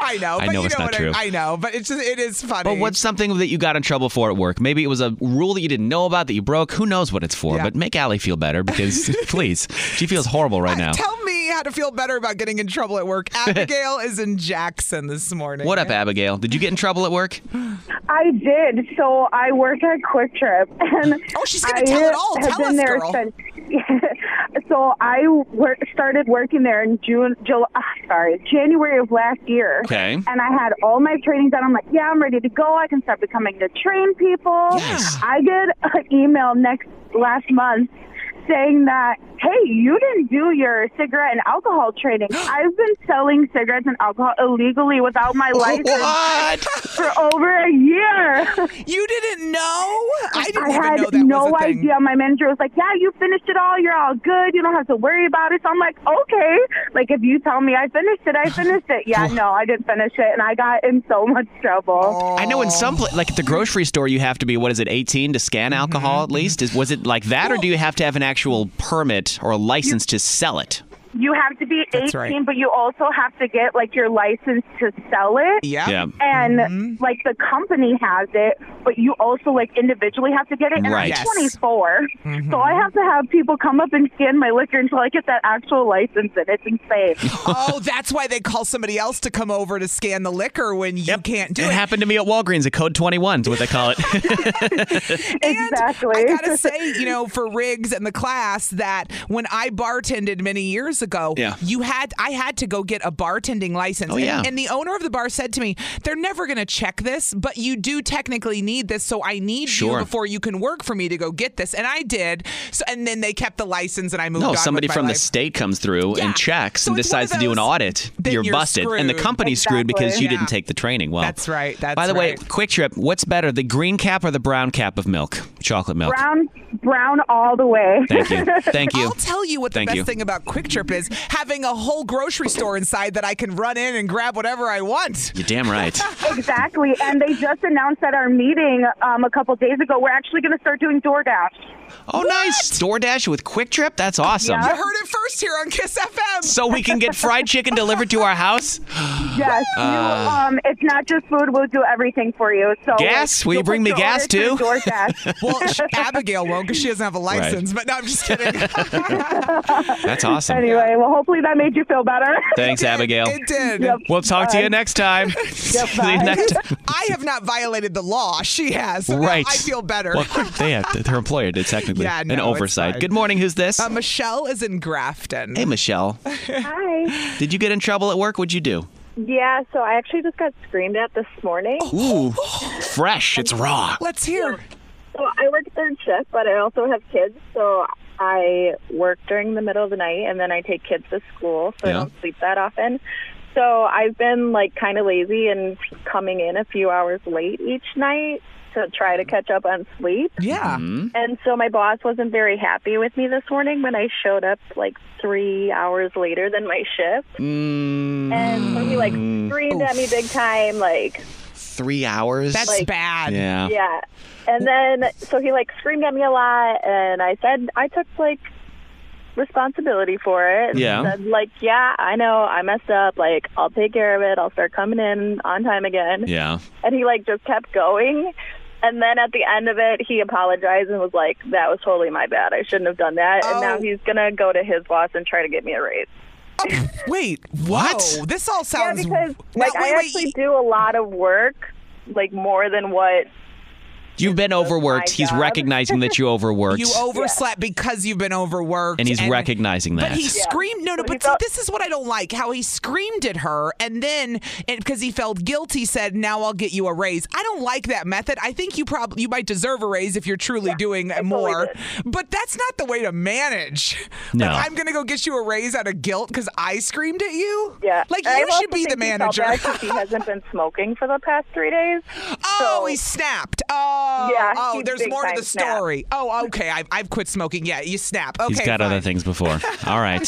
Speaker 3: I know.
Speaker 4: I
Speaker 3: but
Speaker 4: know
Speaker 3: you
Speaker 4: it's
Speaker 3: know
Speaker 4: not
Speaker 3: what
Speaker 4: true.
Speaker 3: I, I know, but it's just, it is funny.
Speaker 4: But what's something that you got in trouble for at work? Maybe it was a rule that you didn't know about that you broke. Who knows what it's for?
Speaker 3: Yeah.
Speaker 4: But make Allie feel better because, please, she feels horrible right now.
Speaker 3: Tell me how to feel better about getting in trouble at work. Abigail is in Jackson this morning.
Speaker 4: What up, Abigail? Did you get in trouble at work?
Speaker 9: I did. So I work at Quick Trip, and
Speaker 3: Oh, she's gonna
Speaker 9: I
Speaker 3: tell it all.
Speaker 9: Have
Speaker 3: Tell
Speaker 9: been
Speaker 3: us,
Speaker 9: there
Speaker 3: girl.
Speaker 9: Since, so I wor- started working there in June, July, ah, sorry, January of last year.
Speaker 4: Okay.
Speaker 9: And I had all my training done. I'm like, yeah, I'm ready to go. I can start becoming the train people.
Speaker 4: Yes.
Speaker 9: I get an email next last month saying that, hey, you didn't do your cigarette and alcohol training. I've been selling cigarettes and alcohol illegally without my license
Speaker 4: What?
Speaker 9: for over a year.
Speaker 3: You didn't know? I didn't
Speaker 9: I
Speaker 3: even
Speaker 9: had
Speaker 3: know that
Speaker 9: no
Speaker 3: was a thing.
Speaker 9: idea. My manager was like, "Yeah, you finished it all. You're all good. You don't have to worry about it." So I'm like, "Okay." Like if you tell me I finished it, I finished it. Yeah, no, I didn't finish it, and I got in so much trouble.
Speaker 4: I know in some pla- like at the grocery store, you have to be what is it, 18 to scan
Speaker 3: Mm-hmm.
Speaker 4: alcohol at least? Is was it like that, or do you have to have an actual permit or a license to sell it?
Speaker 9: You have to be 18,
Speaker 3: That's right.
Speaker 9: but you also have to get like your license to sell it.
Speaker 3: Yeah. Mm-hmm.
Speaker 4: Yeah.
Speaker 9: And like the company has it, but you also like individually have to get it. And
Speaker 4: Right.
Speaker 9: I'm
Speaker 4: Yes.
Speaker 9: 24, so I
Speaker 3: Mm-hmm.
Speaker 9: have to have people come up and scan my liquor until I get that actual license, and it's insane.
Speaker 3: Oh, that's why they call somebody else to come over to scan the liquor when you can't do
Speaker 4: it
Speaker 3: it.
Speaker 4: happened to me at Walgreens at Code 21 is what they call it.
Speaker 9: exactly.
Speaker 3: I gotta say, you know, for Riggs and the class, that when I bartended many years ago,
Speaker 4: Yeah.
Speaker 3: you had I had to go get a bartending license.
Speaker 4: Oh,
Speaker 3: And-
Speaker 4: yeah.
Speaker 3: and, the owner of the bar said to me, "They're never gonna check this, but you do technically need this, so I need
Speaker 4: Sure.
Speaker 3: you before you can work for me to go get this." And I did. So, and then they kept the license, and I moved.
Speaker 4: No,
Speaker 3: on
Speaker 4: if somebody
Speaker 3: with my
Speaker 4: from
Speaker 3: life.
Speaker 4: the state comes through
Speaker 3: Yeah.
Speaker 4: and checks
Speaker 3: So
Speaker 4: and
Speaker 3: it's one
Speaker 4: decides
Speaker 3: of
Speaker 4: to do an
Speaker 3: those,
Speaker 4: audit,
Speaker 3: then
Speaker 4: you're
Speaker 3: you're
Speaker 4: busted, and the
Speaker 3: screwed.
Speaker 4: company's screwed because you
Speaker 3: Exactly.
Speaker 4: didn't take the training. Well,
Speaker 3: That's right, that's
Speaker 4: By the way,
Speaker 3: right.
Speaker 4: quick trip. What's better, the green cap or the brown cap of milk? Chocolate milk.
Speaker 9: brown, brown all the way.
Speaker 4: Thank you. Thank you.
Speaker 3: I'll tell you what the
Speaker 4: Thank
Speaker 3: best
Speaker 4: you.
Speaker 3: thing about Quick Trip is having a whole grocery store inside that I can run in and grab whatever I want.
Speaker 4: You're damn right.
Speaker 9: exactly. And they just announced at our meeting um, a couple days ago, we're actually going to start doing DoorDash.
Speaker 4: Oh, nice. DoorDash with Quick Trip. That's awesome.
Speaker 3: You heard it first here on Kiss FM.
Speaker 4: So we can get fried chicken delivered to our house.
Speaker 9: Yes,
Speaker 4: Uh,
Speaker 9: you, um, it's not just food. We'll do everything for you. So
Speaker 4: Gas? Will you
Speaker 9: you'll
Speaker 4: bring
Speaker 9: put
Speaker 4: me
Speaker 9: your
Speaker 4: gas,
Speaker 9: order through
Speaker 4: too?
Speaker 9: DoorDash.
Speaker 3: Well, sh- Abigail won't because she doesn't have a license. But no, I'm just kidding.
Speaker 4: That's awesome.
Speaker 9: anyway, well, hopefully that made you feel better.
Speaker 4: Thanks, Abigail.
Speaker 3: It did.
Speaker 9: Yep.
Speaker 4: We'll talk to you next time. See you
Speaker 9: bye.
Speaker 4: next time.
Speaker 3: I have not violated the law. She has. So now
Speaker 4: Right.
Speaker 3: I feel better.
Speaker 4: Well, they had, their employer did technically
Speaker 3: Yeah, no,
Speaker 4: an
Speaker 3: it's
Speaker 4: oversight.
Speaker 3: fine.
Speaker 4: Good morning. Who's this?
Speaker 3: Uh, Michelle is in Grafton.
Speaker 4: hey, Michelle.
Speaker 10: Hi.
Speaker 4: Did you get in trouble at work? What'd you do?
Speaker 10: Yeah, so I actually just got screamed at this morning.
Speaker 4: Ooh, fresh. It's raw.
Speaker 3: Let's hear.
Speaker 10: So I work third shift, but I also have kids. So I work during the middle of the night, and then I take kids to school, so
Speaker 4: Yeah.
Speaker 10: I don't sleep that often. So I've been like kind of lazy and coming in a few hours late each night to try to catch up on sleep.
Speaker 3: Yeah.
Speaker 10: And so my boss wasn't very happy with me this morning when I showed up like three hours later than my shift.
Speaker 4: Mm,
Speaker 10: And so he like screamed at me big time, like
Speaker 4: three hours.
Speaker 3: That's bad.
Speaker 4: yeah.
Speaker 10: yeah. And then so he like screamed at me a lot and I said I took like responsibility for it. and
Speaker 4: Yeah.
Speaker 10: Said like, yeah, I know, I messed up, like I'll take care of it, I'll start coming in on time again.
Speaker 4: Yeah.
Speaker 10: And he like just kept going. And then at the end of it, he apologized and was like, "That was totally my bad. I shouldn't have done that."
Speaker 3: Oh.
Speaker 10: And now he's gonna go to his boss and try to get me a raise.
Speaker 3: Wait.
Speaker 4: What?
Speaker 3: whoa, this all
Speaker 10: Yeah,
Speaker 3: sounds.
Speaker 10: because
Speaker 3: Now,
Speaker 10: like
Speaker 3: wait,
Speaker 10: I
Speaker 3: wait,
Speaker 10: actually
Speaker 3: y-
Speaker 10: do a lot of work, like more than what.
Speaker 4: You've been overworked.
Speaker 10: my
Speaker 4: He's
Speaker 10: job.
Speaker 4: recognizing that you overworked.
Speaker 3: You overslept because you've been overworked,
Speaker 4: and he's recognizing that.
Speaker 3: But he screamed. No, no.
Speaker 10: But he
Speaker 3: But see,
Speaker 10: felt-
Speaker 3: this is what I don't like. How he screamed at her, and then and because he felt guilty, said, "Now I'll get you a raise." I don't like that method. I think you probably you might deserve a raise if you're truly doing more. But that's not the way to manage.
Speaker 4: No.
Speaker 3: Like, I'm gonna go get you a raise out of guilt because I screamed at you.
Speaker 10: Yeah,
Speaker 3: Like
Speaker 10: And I
Speaker 3: you
Speaker 10: also
Speaker 3: should be the
Speaker 10: think he felt
Speaker 3: manager.
Speaker 10: bad 'cause he hasn't been smoking for the past three days.
Speaker 3: Oh,
Speaker 10: So-
Speaker 3: he snapped. Oh,
Speaker 10: Yeah,
Speaker 3: oh,
Speaker 10: he
Speaker 3: there's
Speaker 10: big
Speaker 3: more to
Speaker 10: time
Speaker 3: the
Speaker 10: snapped.
Speaker 3: story. Oh, okay. I've, I've quit smoking. Yeah, you snap. Okay,
Speaker 4: He's got
Speaker 3: fine.
Speaker 4: other things before. All right.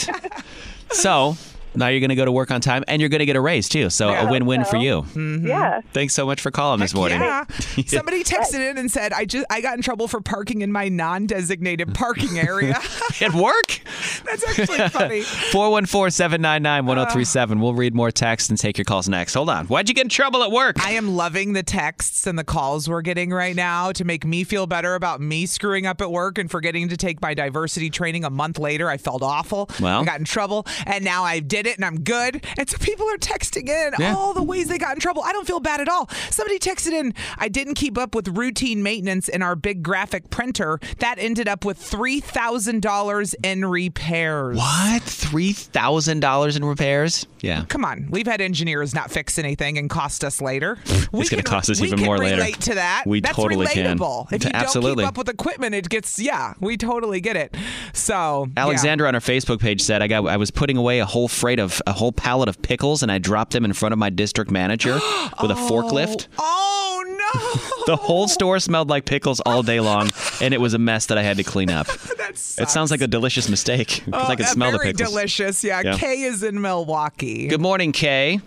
Speaker 4: So Now you're going to go to work on time and you're going to get a raise too. So
Speaker 3: Yeah.
Speaker 4: a win-win for you.
Speaker 3: Yeah.
Speaker 4: Thanks so much for calling this morning.
Speaker 3: Mm-hmm. Yeah. Somebody texted in and said, "I just I got in trouble for parking in my non-designated parking area."
Speaker 4: At work?
Speaker 3: That's actually funny.
Speaker 4: 414 799 1037. We'll read more texts and take your calls next. Hold on. Why'd you get in trouble at work?
Speaker 3: I am loving the texts and the calls we're getting right now to make me feel better about me screwing up at work and forgetting to take my diversity training a month later. I felt awful.
Speaker 4: Well.
Speaker 3: I got in trouble, and now I did it, and I'm good. And so people are texting in
Speaker 4: Yeah.
Speaker 3: all the ways they got in trouble. I don't feel bad at all. Somebody texted in, I didn't keep up with routine maintenance in our big graphic printer. That ended up with three thousand dollars in repairs.
Speaker 4: What? $3,000 in repairs? Yeah.
Speaker 3: Come on, we've had engineers not fix anything and cost us later. We
Speaker 4: It's gonna
Speaker 3: can-
Speaker 4: cost us
Speaker 3: we
Speaker 4: even
Speaker 3: can
Speaker 4: more later.
Speaker 3: relate to that.
Speaker 4: We
Speaker 3: That's
Speaker 4: totally can.
Speaker 3: relatable. If you
Speaker 4: Absolutely.
Speaker 3: don't keep up with equipment, it gets yeah. We totally get it. So yeah.
Speaker 4: Alexandra on her Facebook page said, "I got I was putting away a whole freight of a whole pallet of pickles, and I dropped them in front of my district manager with a forklift.
Speaker 3: Oh no,
Speaker 4: The whole store smelled like pickles all day long, and it was a mess that I had to clean up.
Speaker 3: that's
Speaker 4: It sounds like a delicious mistake because I could smell the
Speaker 3: Oh, uh, very
Speaker 4: pickles.
Speaker 3: delicious. Yeah.
Speaker 4: Yeah.
Speaker 3: Kay is in Milwaukee.
Speaker 4: Good morning, Kay.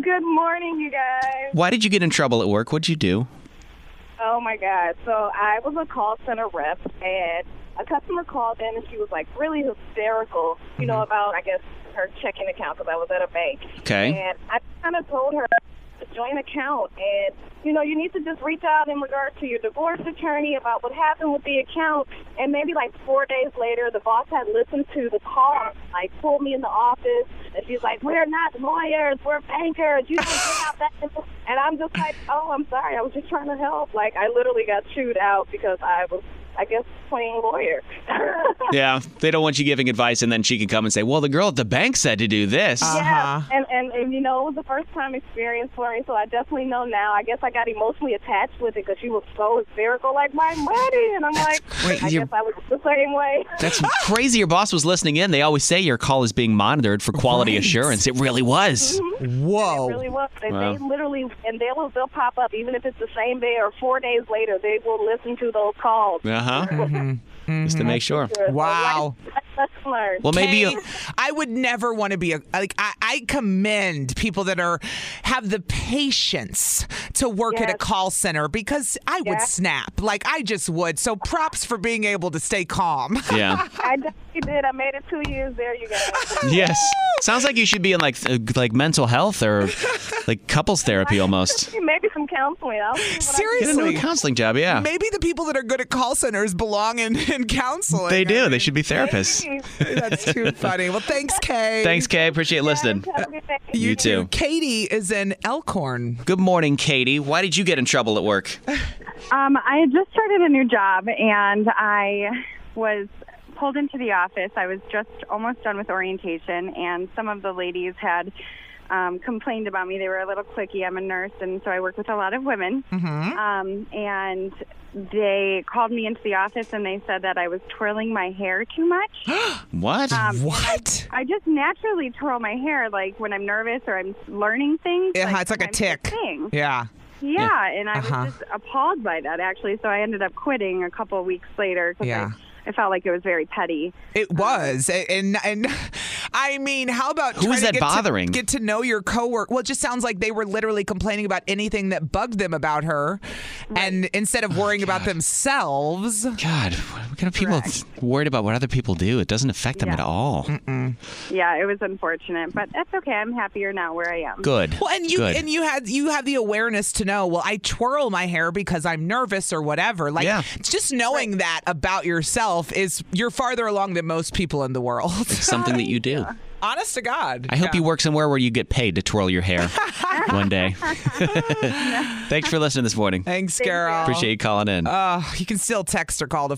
Speaker 11: Good morning, you guys.
Speaker 4: Why did you get in trouble at work? What'd you do?
Speaker 11: Oh my God. So I was a call center rep, and a customer called in, and she was like really hysterical,
Speaker 4: Mm-hmm.
Speaker 11: you know, about I guess her checking account because I was at a bank.
Speaker 4: Okay.
Speaker 11: And I kind of told her to join account, and you know, you need to just reach out in regard to your divorce attorney about what happened with the account. And maybe like four days later, the boss had listened to the call, like pulled me in the office, and she's like, "We're not lawyers, we're bankers. You don't get out that." info." And I'm just like, "Oh, I'm sorry. I was just trying to help. Like, I literally got chewed out because I was, I guess, playing lawyer."
Speaker 4: Yeah, they don't want you giving advice, and then she can come and say, "Well, the girl at the bank said to do this."
Speaker 3: Uh-huh.
Speaker 11: Yeah, and, and and you know, it was a first time experience for me, so I definitely know now. I guess I got emotionally attached with it because she was so hysterical, like my money, and I'm like,
Speaker 4: Wait,
Speaker 11: I
Speaker 4: you're-
Speaker 11: guess I was the same way.
Speaker 4: That's crazy. Your boss was listening in. They always say your call is being monitored for quality
Speaker 11: Right.
Speaker 4: assurance. It really was.
Speaker 3: Whoa.
Speaker 11: Mm-hmm. Really was. They,
Speaker 4: Oh, Wow.
Speaker 11: they literally, and they will they'll pop up even if it's the same day or four days later. They will listen to those calls.
Speaker 4: Uh huh. Just to make sure.
Speaker 3: Wow.
Speaker 11: Let's learn.
Speaker 4: Well, maybe
Speaker 3: Kay, I would never want to be a like. I, I commend people that are have the patience to work at a
Speaker 11: Yes.
Speaker 3: call center because I would
Speaker 11: Yeah.
Speaker 3: snap. Like I just would. So props for being able to stay calm.
Speaker 4: Yeah.
Speaker 11: I definitely did. I made it two years there, you guys.
Speaker 4: Yes. Sounds like you should be in like th- like mental health or like couples therapy almost.
Speaker 11: maybe some counseling. I'll see what I can do.
Speaker 4: Get into a
Speaker 3: Seriously.
Speaker 4: counseling job, yeah.
Speaker 3: Maybe the people that are good at call centers belong in, in counseling.
Speaker 4: They do. They should be therapists.
Speaker 3: That's too funny. Well, thanks, Kay.
Speaker 4: Thanks, Kay. Appreciate listening.
Speaker 3: You,
Speaker 4: You
Speaker 3: too.
Speaker 4: too.
Speaker 3: Katie is in Elkhorn.
Speaker 4: Good morning, Katie. Why did you get in trouble at work?
Speaker 9: Um, I had just started a new job and I was pulled into the office. I was just almost done with orientation, and some of the ladies had um, complained about me. They were a little clicky. I'm a nurse, and so I work with a lot of women.
Speaker 3: Mm-hmm.
Speaker 9: Um, and they called me into the office and they said that I was twirling my hair too much. Um,
Speaker 4: What?
Speaker 3: What?
Speaker 9: I just naturally twirl my hair, like when I'm nervous or I'm learning things.
Speaker 3: Yeah, it's like
Speaker 9: sometimes
Speaker 3: a
Speaker 9: it's
Speaker 3: tick.
Speaker 9: thing.
Speaker 3: Yeah.
Speaker 9: Yeah, and I
Speaker 3: Uh-huh.
Speaker 9: was just appalled by that actually. So I ended up quitting a couple of weeks later because
Speaker 3: Yeah.
Speaker 9: I, I felt like it was very petty.
Speaker 3: It was, A- and and I mean, how about
Speaker 4: Who
Speaker 3: trying
Speaker 4: is
Speaker 3: to
Speaker 4: that
Speaker 3: get to-
Speaker 4: bothering?
Speaker 3: get to know your coworker. Well, it just sounds like they were literally complaining about anything that bugged them about her, and instead of worrying about themselves,
Speaker 4: God, what kind of people worried about what other people do? It doesn't affect them at all.
Speaker 9: Yeah, it was unfortunate, but that's okay. I'm happier now where I am.
Speaker 4: Good.
Speaker 3: Well, and you
Speaker 4: Good.
Speaker 3: and you had you have the awareness to know. Well, I twirl my hair because I'm nervous or whatever. Like
Speaker 4: Yeah.
Speaker 3: just knowing that about yourself is you're farther along than most people in the world.
Speaker 4: it's something that you do.
Speaker 3: Honest to God.
Speaker 4: I hope you work somewhere where you get paid to twirl your hair one day. Thanks for listening this morning.
Speaker 3: Thanks, girl.
Speaker 4: Appreciate you calling in.
Speaker 3: Uh, you can still text or call to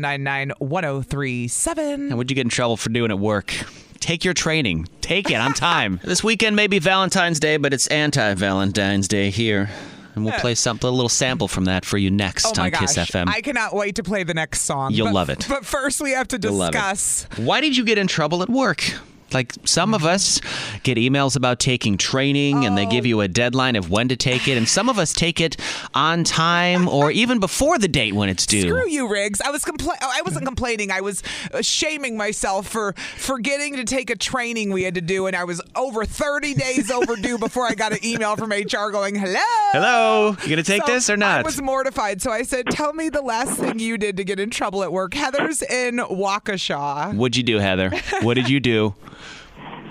Speaker 3: 414-799-1037.
Speaker 4: And what'd you get in trouble for doing at work? Take your training. Take it on time. this weekend may be Valentine's Day, but it's anti Valentine's Day here. And we'll play some, a little sample from that for you next
Speaker 3: Oh my
Speaker 4: on
Speaker 3: gosh.
Speaker 4: Kiss FM.
Speaker 3: I cannot wait to play the next song.
Speaker 4: You'll
Speaker 3: But-
Speaker 4: love it.
Speaker 3: But first we have to
Speaker 4: You'll love it.
Speaker 3: discuss
Speaker 4: Why did you get in trouble at work? Like some of us get emails about taking training and they give you a deadline of when to take it. And some of us take it on time or even before the date when it's due.
Speaker 3: Screw you, Riggs. I was compla- I wasn't complaining. I was uh, shaming myself for forgetting to take a training we had to do, and I was over 30 days overdue before I got an email from HR going, "Hello."
Speaker 4: Hello, you gonna take
Speaker 3: So
Speaker 4: this or
Speaker 3: I
Speaker 4: not?
Speaker 3: was mortified, so I said, "Tell me the last thing you did to get in trouble at work." Heather's in Waukesha.
Speaker 4: What'd you do, Heather? What did you do?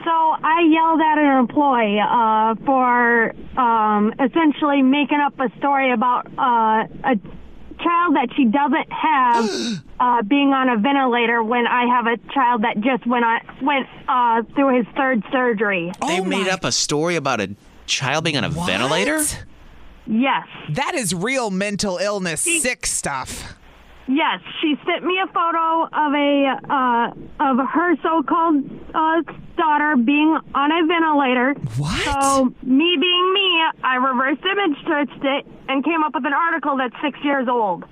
Speaker 12: So I yelled at an employee uh, for um, essentially making up a story about uh, a child that she doesn't have uh, being on a ventilator when I have a child that just went on, went uh, through his third surgery.
Speaker 3: Oh
Speaker 4: they made up a story about a child being on a ventilator?
Speaker 12: Yes.
Speaker 3: That is real mental illness, sick stuff.
Speaker 12: Yes, she sent me a photo of a uh, of her so-called uh, daughter being on a ventilator. What? So me being me, I reverse image searched it and came up with an article that's six years old.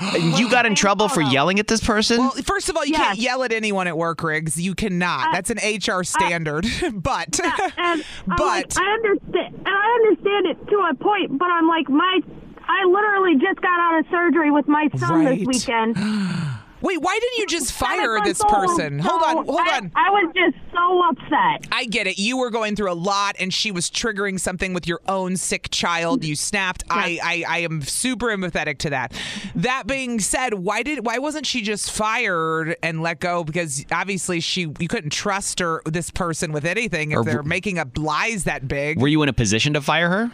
Speaker 4: And you got in trouble for yelling at this person?
Speaker 3: Well, first of all, you can't yell at anyone at work, Riggs. You
Speaker 12: Uh,
Speaker 3: cannot. That's an HR standard. but
Speaker 12: But I understand, and I understand it to a point, but I'm like my, I literally just got out of surgery with my son this weekend.
Speaker 3: Wait, why didn't you just fire
Speaker 12: months
Speaker 3: this
Speaker 12: old,
Speaker 3: person? Hold on,
Speaker 12: so
Speaker 3: hold
Speaker 12: I-
Speaker 3: on.
Speaker 12: I was just so upset.
Speaker 3: I get it. You were going through a lot, and she was triggering something with your own sick child. You snapped. I, I, I am super empathetic to that. That being said, why did why wasn't she just fired and let go? Because obviously she you couldn't trust her this person with anything if
Speaker 4: Or-
Speaker 3: they're making up lies that big.
Speaker 4: Were you in a position to fire her?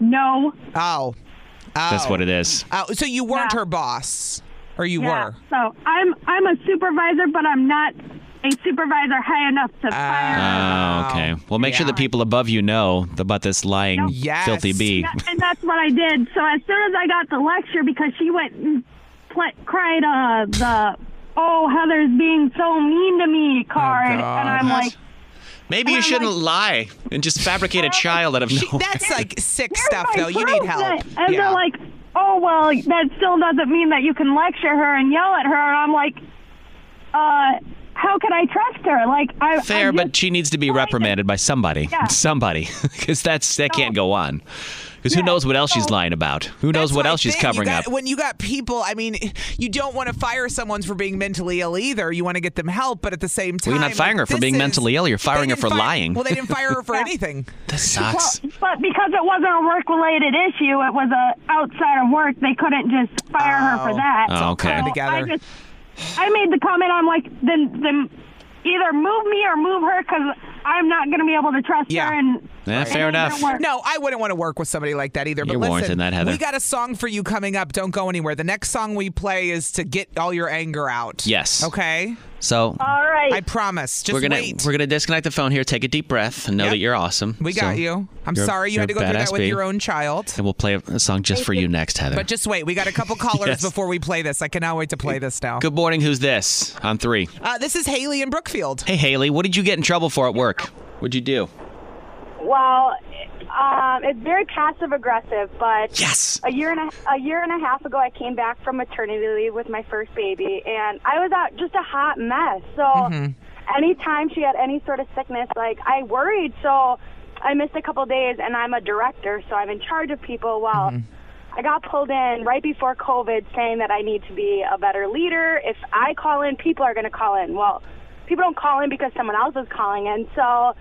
Speaker 12: No.
Speaker 3: Oh,
Speaker 4: That's
Speaker 3: Oh.
Speaker 4: what it is.
Speaker 3: Oh, so you weren't her boss, or you
Speaker 12: Yeah,
Speaker 3: were?
Speaker 12: So I'm I'm a supervisor, but I'm not a supervisor high enough to fire.
Speaker 3: Ah.
Speaker 4: Oh, okay. Well, make sure the people above you know about this lying, filthy bee.
Speaker 12: Yeah, and that's what I did. So as soon as I got the lecture, because she went and pl- cried uh, the oh Heather's being so mean to me
Speaker 3: Oh,
Speaker 12: card, and I'm
Speaker 4: God.
Speaker 12: like.
Speaker 4: Maybe you shouldn't lie and just fabricate a child out of nowhere.
Speaker 3: That's like sick
Speaker 12: "Here's
Speaker 3: stuff,
Speaker 12: my
Speaker 3: though. You need
Speaker 12: proof
Speaker 3: help.
Speaker 12: that-" And they're like, oh, well, that still doesn't mean that you can lecture her and yell at her. And I'm like, uh, how can I trust her? Like, I,
Speaker 4: Fair,
Speaker 12: I just-
Speaker 4: but she needs to be reprimanded by somebody.
Speaker 12: Yeah.
Speaker 4: Somebody. Because that's that can't go on. Because who knows what else she's lying about? Who knows what else she's
Speaker 3: thing. You
Speaker 4: covering
Speaker 3: got-
Speaker 4: up?
Speaker 3: When you got people, I mean, you don't want to fire someone for being mentally ill either. You want to get them help, but at the same time,
Speaker 4: Well, you're not firing her for
Speaker 3: this
Speaker 4: being
Speaker 3: is-
Speaker 4: mentally ill. You're
Speaker 3: they
Speaker 4: firing her
Speaker 3: didn't
Speaker 4: for
Speaker 3: fi-
Speaker 4: lying.
Speaker 3: Well, they didn't fire her for anything.
Speaker 4: That sucks.
Speaker 12: Well, but because it wasn't a work related issue, it was a outside of work. They couldn't just fire her for that.
Speaker 4: Oh, okay.
Speaker 12: So I, just, I made the comment. I'm like, then, then either move me or move her because I'm not going to be able to trust her. And
Speaker 4: Yeah, fair enough.
Speaker 3: No, I wouldn't want to work with somebody like that either. But
Speaker 4: You're
Speaker 3: listen,
Speaker 4: warranting that, Heather.
Speaker 3: we got a song for you coming up. Don't go anywhere. The next song we play is to get all your anger out.
Speaker 4: Yes.
Speaker 3: Okay.
Speaker 4: So
Speaker 12: All right.
Speaker 3: I promise. Just
Speaker 4: we're gonna
Speaker 3: wait.
Speaker 4: we're gonna disconnect the phone here. Take a deep breath and know that you're awesome.
Speaker 3: We got
Speaker 4: So
Speaker 3: you. I'm
Speaker 4: you're-
Speaker 3: sorry you
Speaker 4: you're
Speaker 3: had to go
Speaker 4: a
Speaker 3: through that
Speaker 4: badass
Speaker 3: with
Speaker 4: bee.
Speaker 3: your own child.
Speaker 4: And we'll play a song just for you next, Heather.
Speaker 3: But just wait. We got a couple callers
Speaker 4: Yes.
Speaker 3: before we play this. I cannot wait to play this now.
Speaker 4: Good morning. Who's this? On three.
Speaker 3: Uh, this is Haley in Brookfield.
Speaker 4: Hey, Haley. What did you get in trouble for at work? What'd you do?
Speaker 13: Well, um, it's very passive aggressive, but
Speaker 4: yes.
Speaker 13: a year and a, a year and a half ago, I came back from maternity leave with my first baby, and I was out just a hot mess. So
Speaker 12: Mm-hmm.
Speaker 13: anytime she had any sort of sickness, like I worried. So I missed a couple days, and I'm a director, so I'm in charge of people. Well. I got pulled in right before COVID saying that I need to be a better leader. If I call in, people are going to call in. Well, people don't call in because someone else is calling in. So,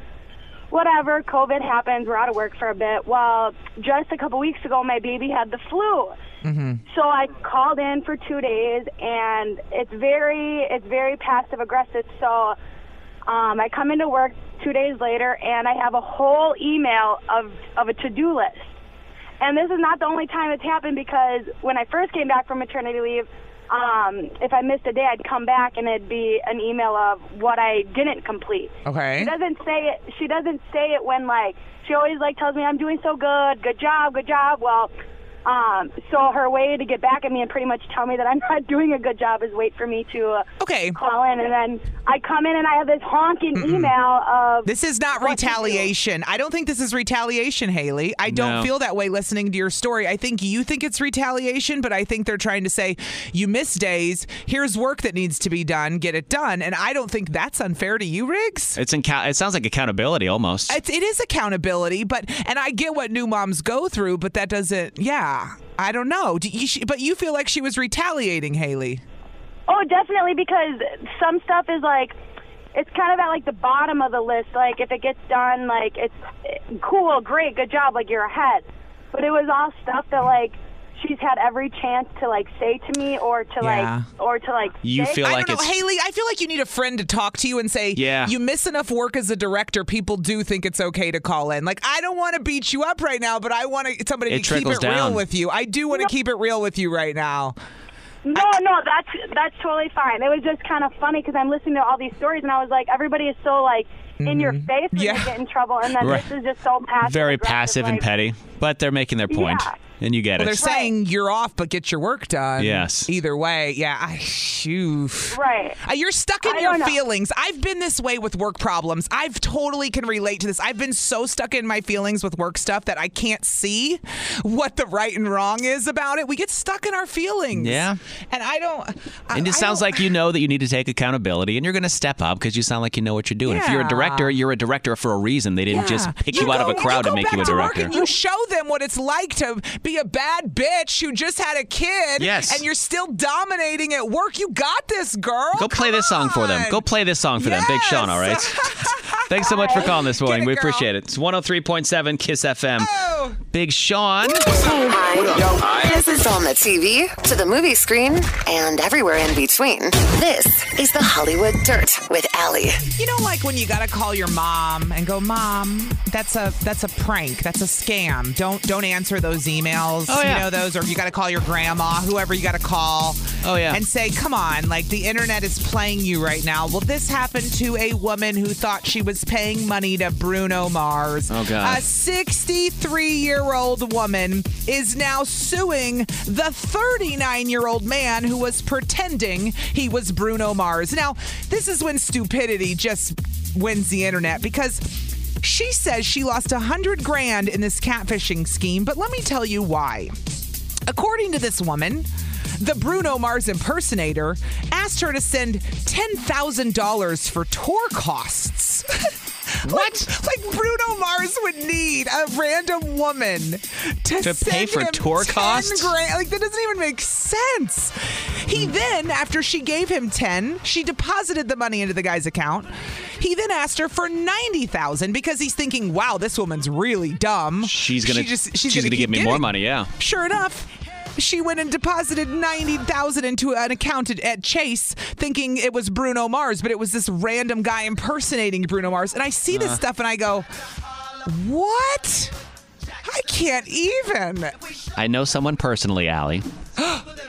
Speaker 13: whatever, COVID happens. We're out of work for a bit. Well, just a couple weeks ago, my baby had the flu. So I called in for two days, and it's very it's very passive aggressive. So um, I come into work two days later, and I have a whole email of of a to do list. And this is not the only time it's happened because when I first came back from maternity leave, um, if I missed a day, I'd come back and it'd be an email of what I didn't complete. She
Speaker 3: Okay.
Speaker 13: doesn't say it. She doesn't say it when like she always like tells me I'm doing so good, good job, good job. Well, Um, so her way to get back at me and pretty much tell me that I'm not doing a good job is wait for me to uh,
Speaker 3: okay
Speaker 13: call in, and then I come in and I have this honking email of
Speaker 3: This is not
Speaker 13: what to do.
Speaker 3: retaliation. I don't think this is retaliation, Haley. I don't
Speaker 4: No.
Speaker 3: feel that way listening to your story. I think you think it's retaliation, but I think they're trying to say, you miss days. Here's work that needs to be done. Get it done. And I don't think that's unfair to you, Riggs.
Speaker 4: It's inca- It sounds like accountability almost.
Speaker 3: It's, it is accountability, but and I get what new moms go through, but that doesn't. Yeah, I don't know. Do you, she, but you feel like she was retaliating, Haley.
Speaker 13: Oh, definitely, because some stuff is like, it's kind of at like the bottom of the list. Like, if it gets done, like, it's eh, cool, great, good job, like, you're ahead. But it was all stuff that, like, she's had every chance to, like, say to me or to,
Speaker 3: Yeah.
Speaker 13: like, or to, like, say.
Speaker 3: I don't know, Haley. I feel like you need a friend to talk to you and say,
Speaker 4: Yeah.
Speaker 3: you miss enough work as a director. People do think it's okay to call in. Like, I don't want to beat you up right now, but I want to, somebody
Speaker 4: It
Speaker 3: to keep
Speaker 4: trickles
Speaker 3: it
Speaker 4: down.
Speaker 3: real with you. I do want to keep it real with you right now.
Speaker 13: No, no, that's that's totally fine. It was just kind of funny because I'm listening to all these stories and I was like, everybody is so like in your face when
Speaker 4: Mm-hmm. Yeah.
Speaker 13: you get in trouble, and then
Speaker 4: Right.
Speaker 13: this is just so passive.
Speaker 4: Very
Speaker 13: aggressive,
Speaker 4: passive and
Speaker 13: like-
Speaker 4: petty, but they're making their point,
Speaker 13: Yeah.
Speaker 4: and you get
Speaker 3: Well,
Speaker 4: it.
Speaker 3: they're saying you're off, but get your work done.
Speaker 4: Yes.
Speaker 3: Either way, yeah. I, shoof. Uh,
Speaker 13: Right.
Speaker 3: You're stuck in
Speaker 13: I
Speaker 3: your
Speaker 13: don't know.
Speaker 3: feelings. I've been this way with work problems. I've totally can relate to this. I've been so stuck in my feelings with work stuff that I can't see what the right and wrong is about it. We get stuck in our feelings.
Speaker 4: Yeah.
Speaker 3: And I don't. I,
Speaker 4: And it
Speaker 3: I
Speaker 4: sounds
Speaker 3: don't-
Speaker 4: like you know that you need to take accountability and you're going to step up because you sound like you know what you're doing. If you're a
Speaker 3: Yeah.
Speaker 4: director, you're a director for a reason. They didn't just
Speaker 3: Yeah.
Speaker 4: pick you, out of a
Speaker 3: go-
Speaker 4: crowd
Speaker 3: you
Speaker 4: to
Speaker 3: go
Speaker 4: make you a
Speaker 3: back to work
Speaker 4: director.
Speaker 3: and you show them what it's like to be a bad bitch who just had a kid.
Speaker 4: Yes.
Speaker 3: And you're still dominating at work. You got this, girl.
Speaker 4: Go play this song for them. Go play this song for them. Big Sean, all right? Thanks so much for calling this morning. we appreciate it. It's 103.7 Kiss FM.
Speaker 3: Oh.
Speaker 4: Big Sean.
Speaker 2: This is on the TV, to the movie screen, and everywhere in between. This is the Hollywood Dirt with Allie.
Speaker 3: You know, like when you gotta call your mom and go, "Mom, that's a that's a prank. That's a scam. Don't don't answer those emails.
Speaker 4: Oh, yeah.
Speaker 3: You know those, or you gotta call your grandma, whoever you gotta call.
Speaker 4: Oh yeah,
Speaker 3: and say, "Come on, like the internet is playing you right now." Well, this happened to a woman who thought she was paying money to Bruno Mars.
Speaker 4: Oh, God.
Speaker 3: A 63-year-old woman is now suing the 39-year-old man who was pretending he was Bruno Mars. Now, this is when stupidity just wins the internet because she says she lost 100 grand in this catfishing scheme, but let me tell you why. According to this woman, the Bruno Mars impersonator asked her to send $10,000 for tour costs. What? Like, like Bruno Mars would need a random woman to,
Speaker 4: To pay
Speaker 3: send
Speaker 4: for
Speaker 3: him
Speaker 4: tour
Speaker 3: 10
Speaker 4: costs? Hmm.
Speaker 3: grand. Like that doesn't even make sense. He then, after she gave him ten, she deposited the money into the guy's account. He then asked her for ninety thousand because he's thinking, "Wow, this woman's really dumb.
Speaker 4: She's going
Speaker 3: She just-
Speaker 4: to she's going to
Speaker 3: keep
Speaker 4: give me more
Speaker 3: getting-
Speaker 4: money, yeah.
Speaker 3: Sure enough, she went and deposited ninety thousand into an account at- at Chase, thinking it was Bruno Mars, but it was this random guy impersonating Bruno Mars. And I see this
Speaker 4: Uh.
Speaker 3: stuff and I go, "What? I can't even."
Speaker 4: I know someone personally, Allie.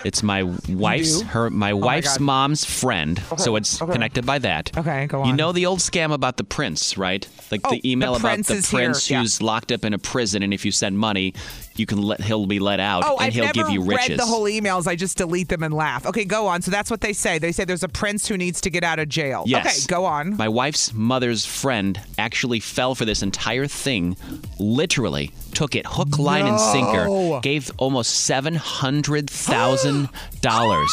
Speaker 4: It's my wife's
Speaker 3: do?
Speaker 4: her my
Speaker 3: Oh my
Speaker 4: wife's
Speaker 3: God.
Speaker 4: mom's friend, so it's
Speaker 3: okay.
Speaker 4: connected by that.
Speaker 3: Okay, go
Speaker 4: You
Speaker 3: on.
Speaker 4: know the old scam about the prince, right? Like
Speaker 3: Oh,
Speaker 4: the
Speaker 3: the
Speaker 4: email about
Speaker 3: prince
Speaker 4: the
Speaker 3: is here,
Speaker 4: prince
Speaker 3: yeah.
Speaker 4: who's locked up in a prison, and if you send money, you can let he'll be let out,
Speaker 3: Oh,
Speaker 4: and
Speaker 3: I've
Speaker 4: he'll
Speaker 3: never
Speaker 4: give you riches.
Speaker 3: read the whole emails. I just delete them and laugh. Okay, go on. So that's what they say. They say there's a prince who needs to get out of jail.
Speaker 4: Yes.
Speaker 3: Okay, go on.
Speaker 4: My wife's mother's friend actually fell for this entire thing, literally took it hook, line, and
Speaker 3: No.
Speaker 4: sinker, gave almost seven hundred thousand dollars.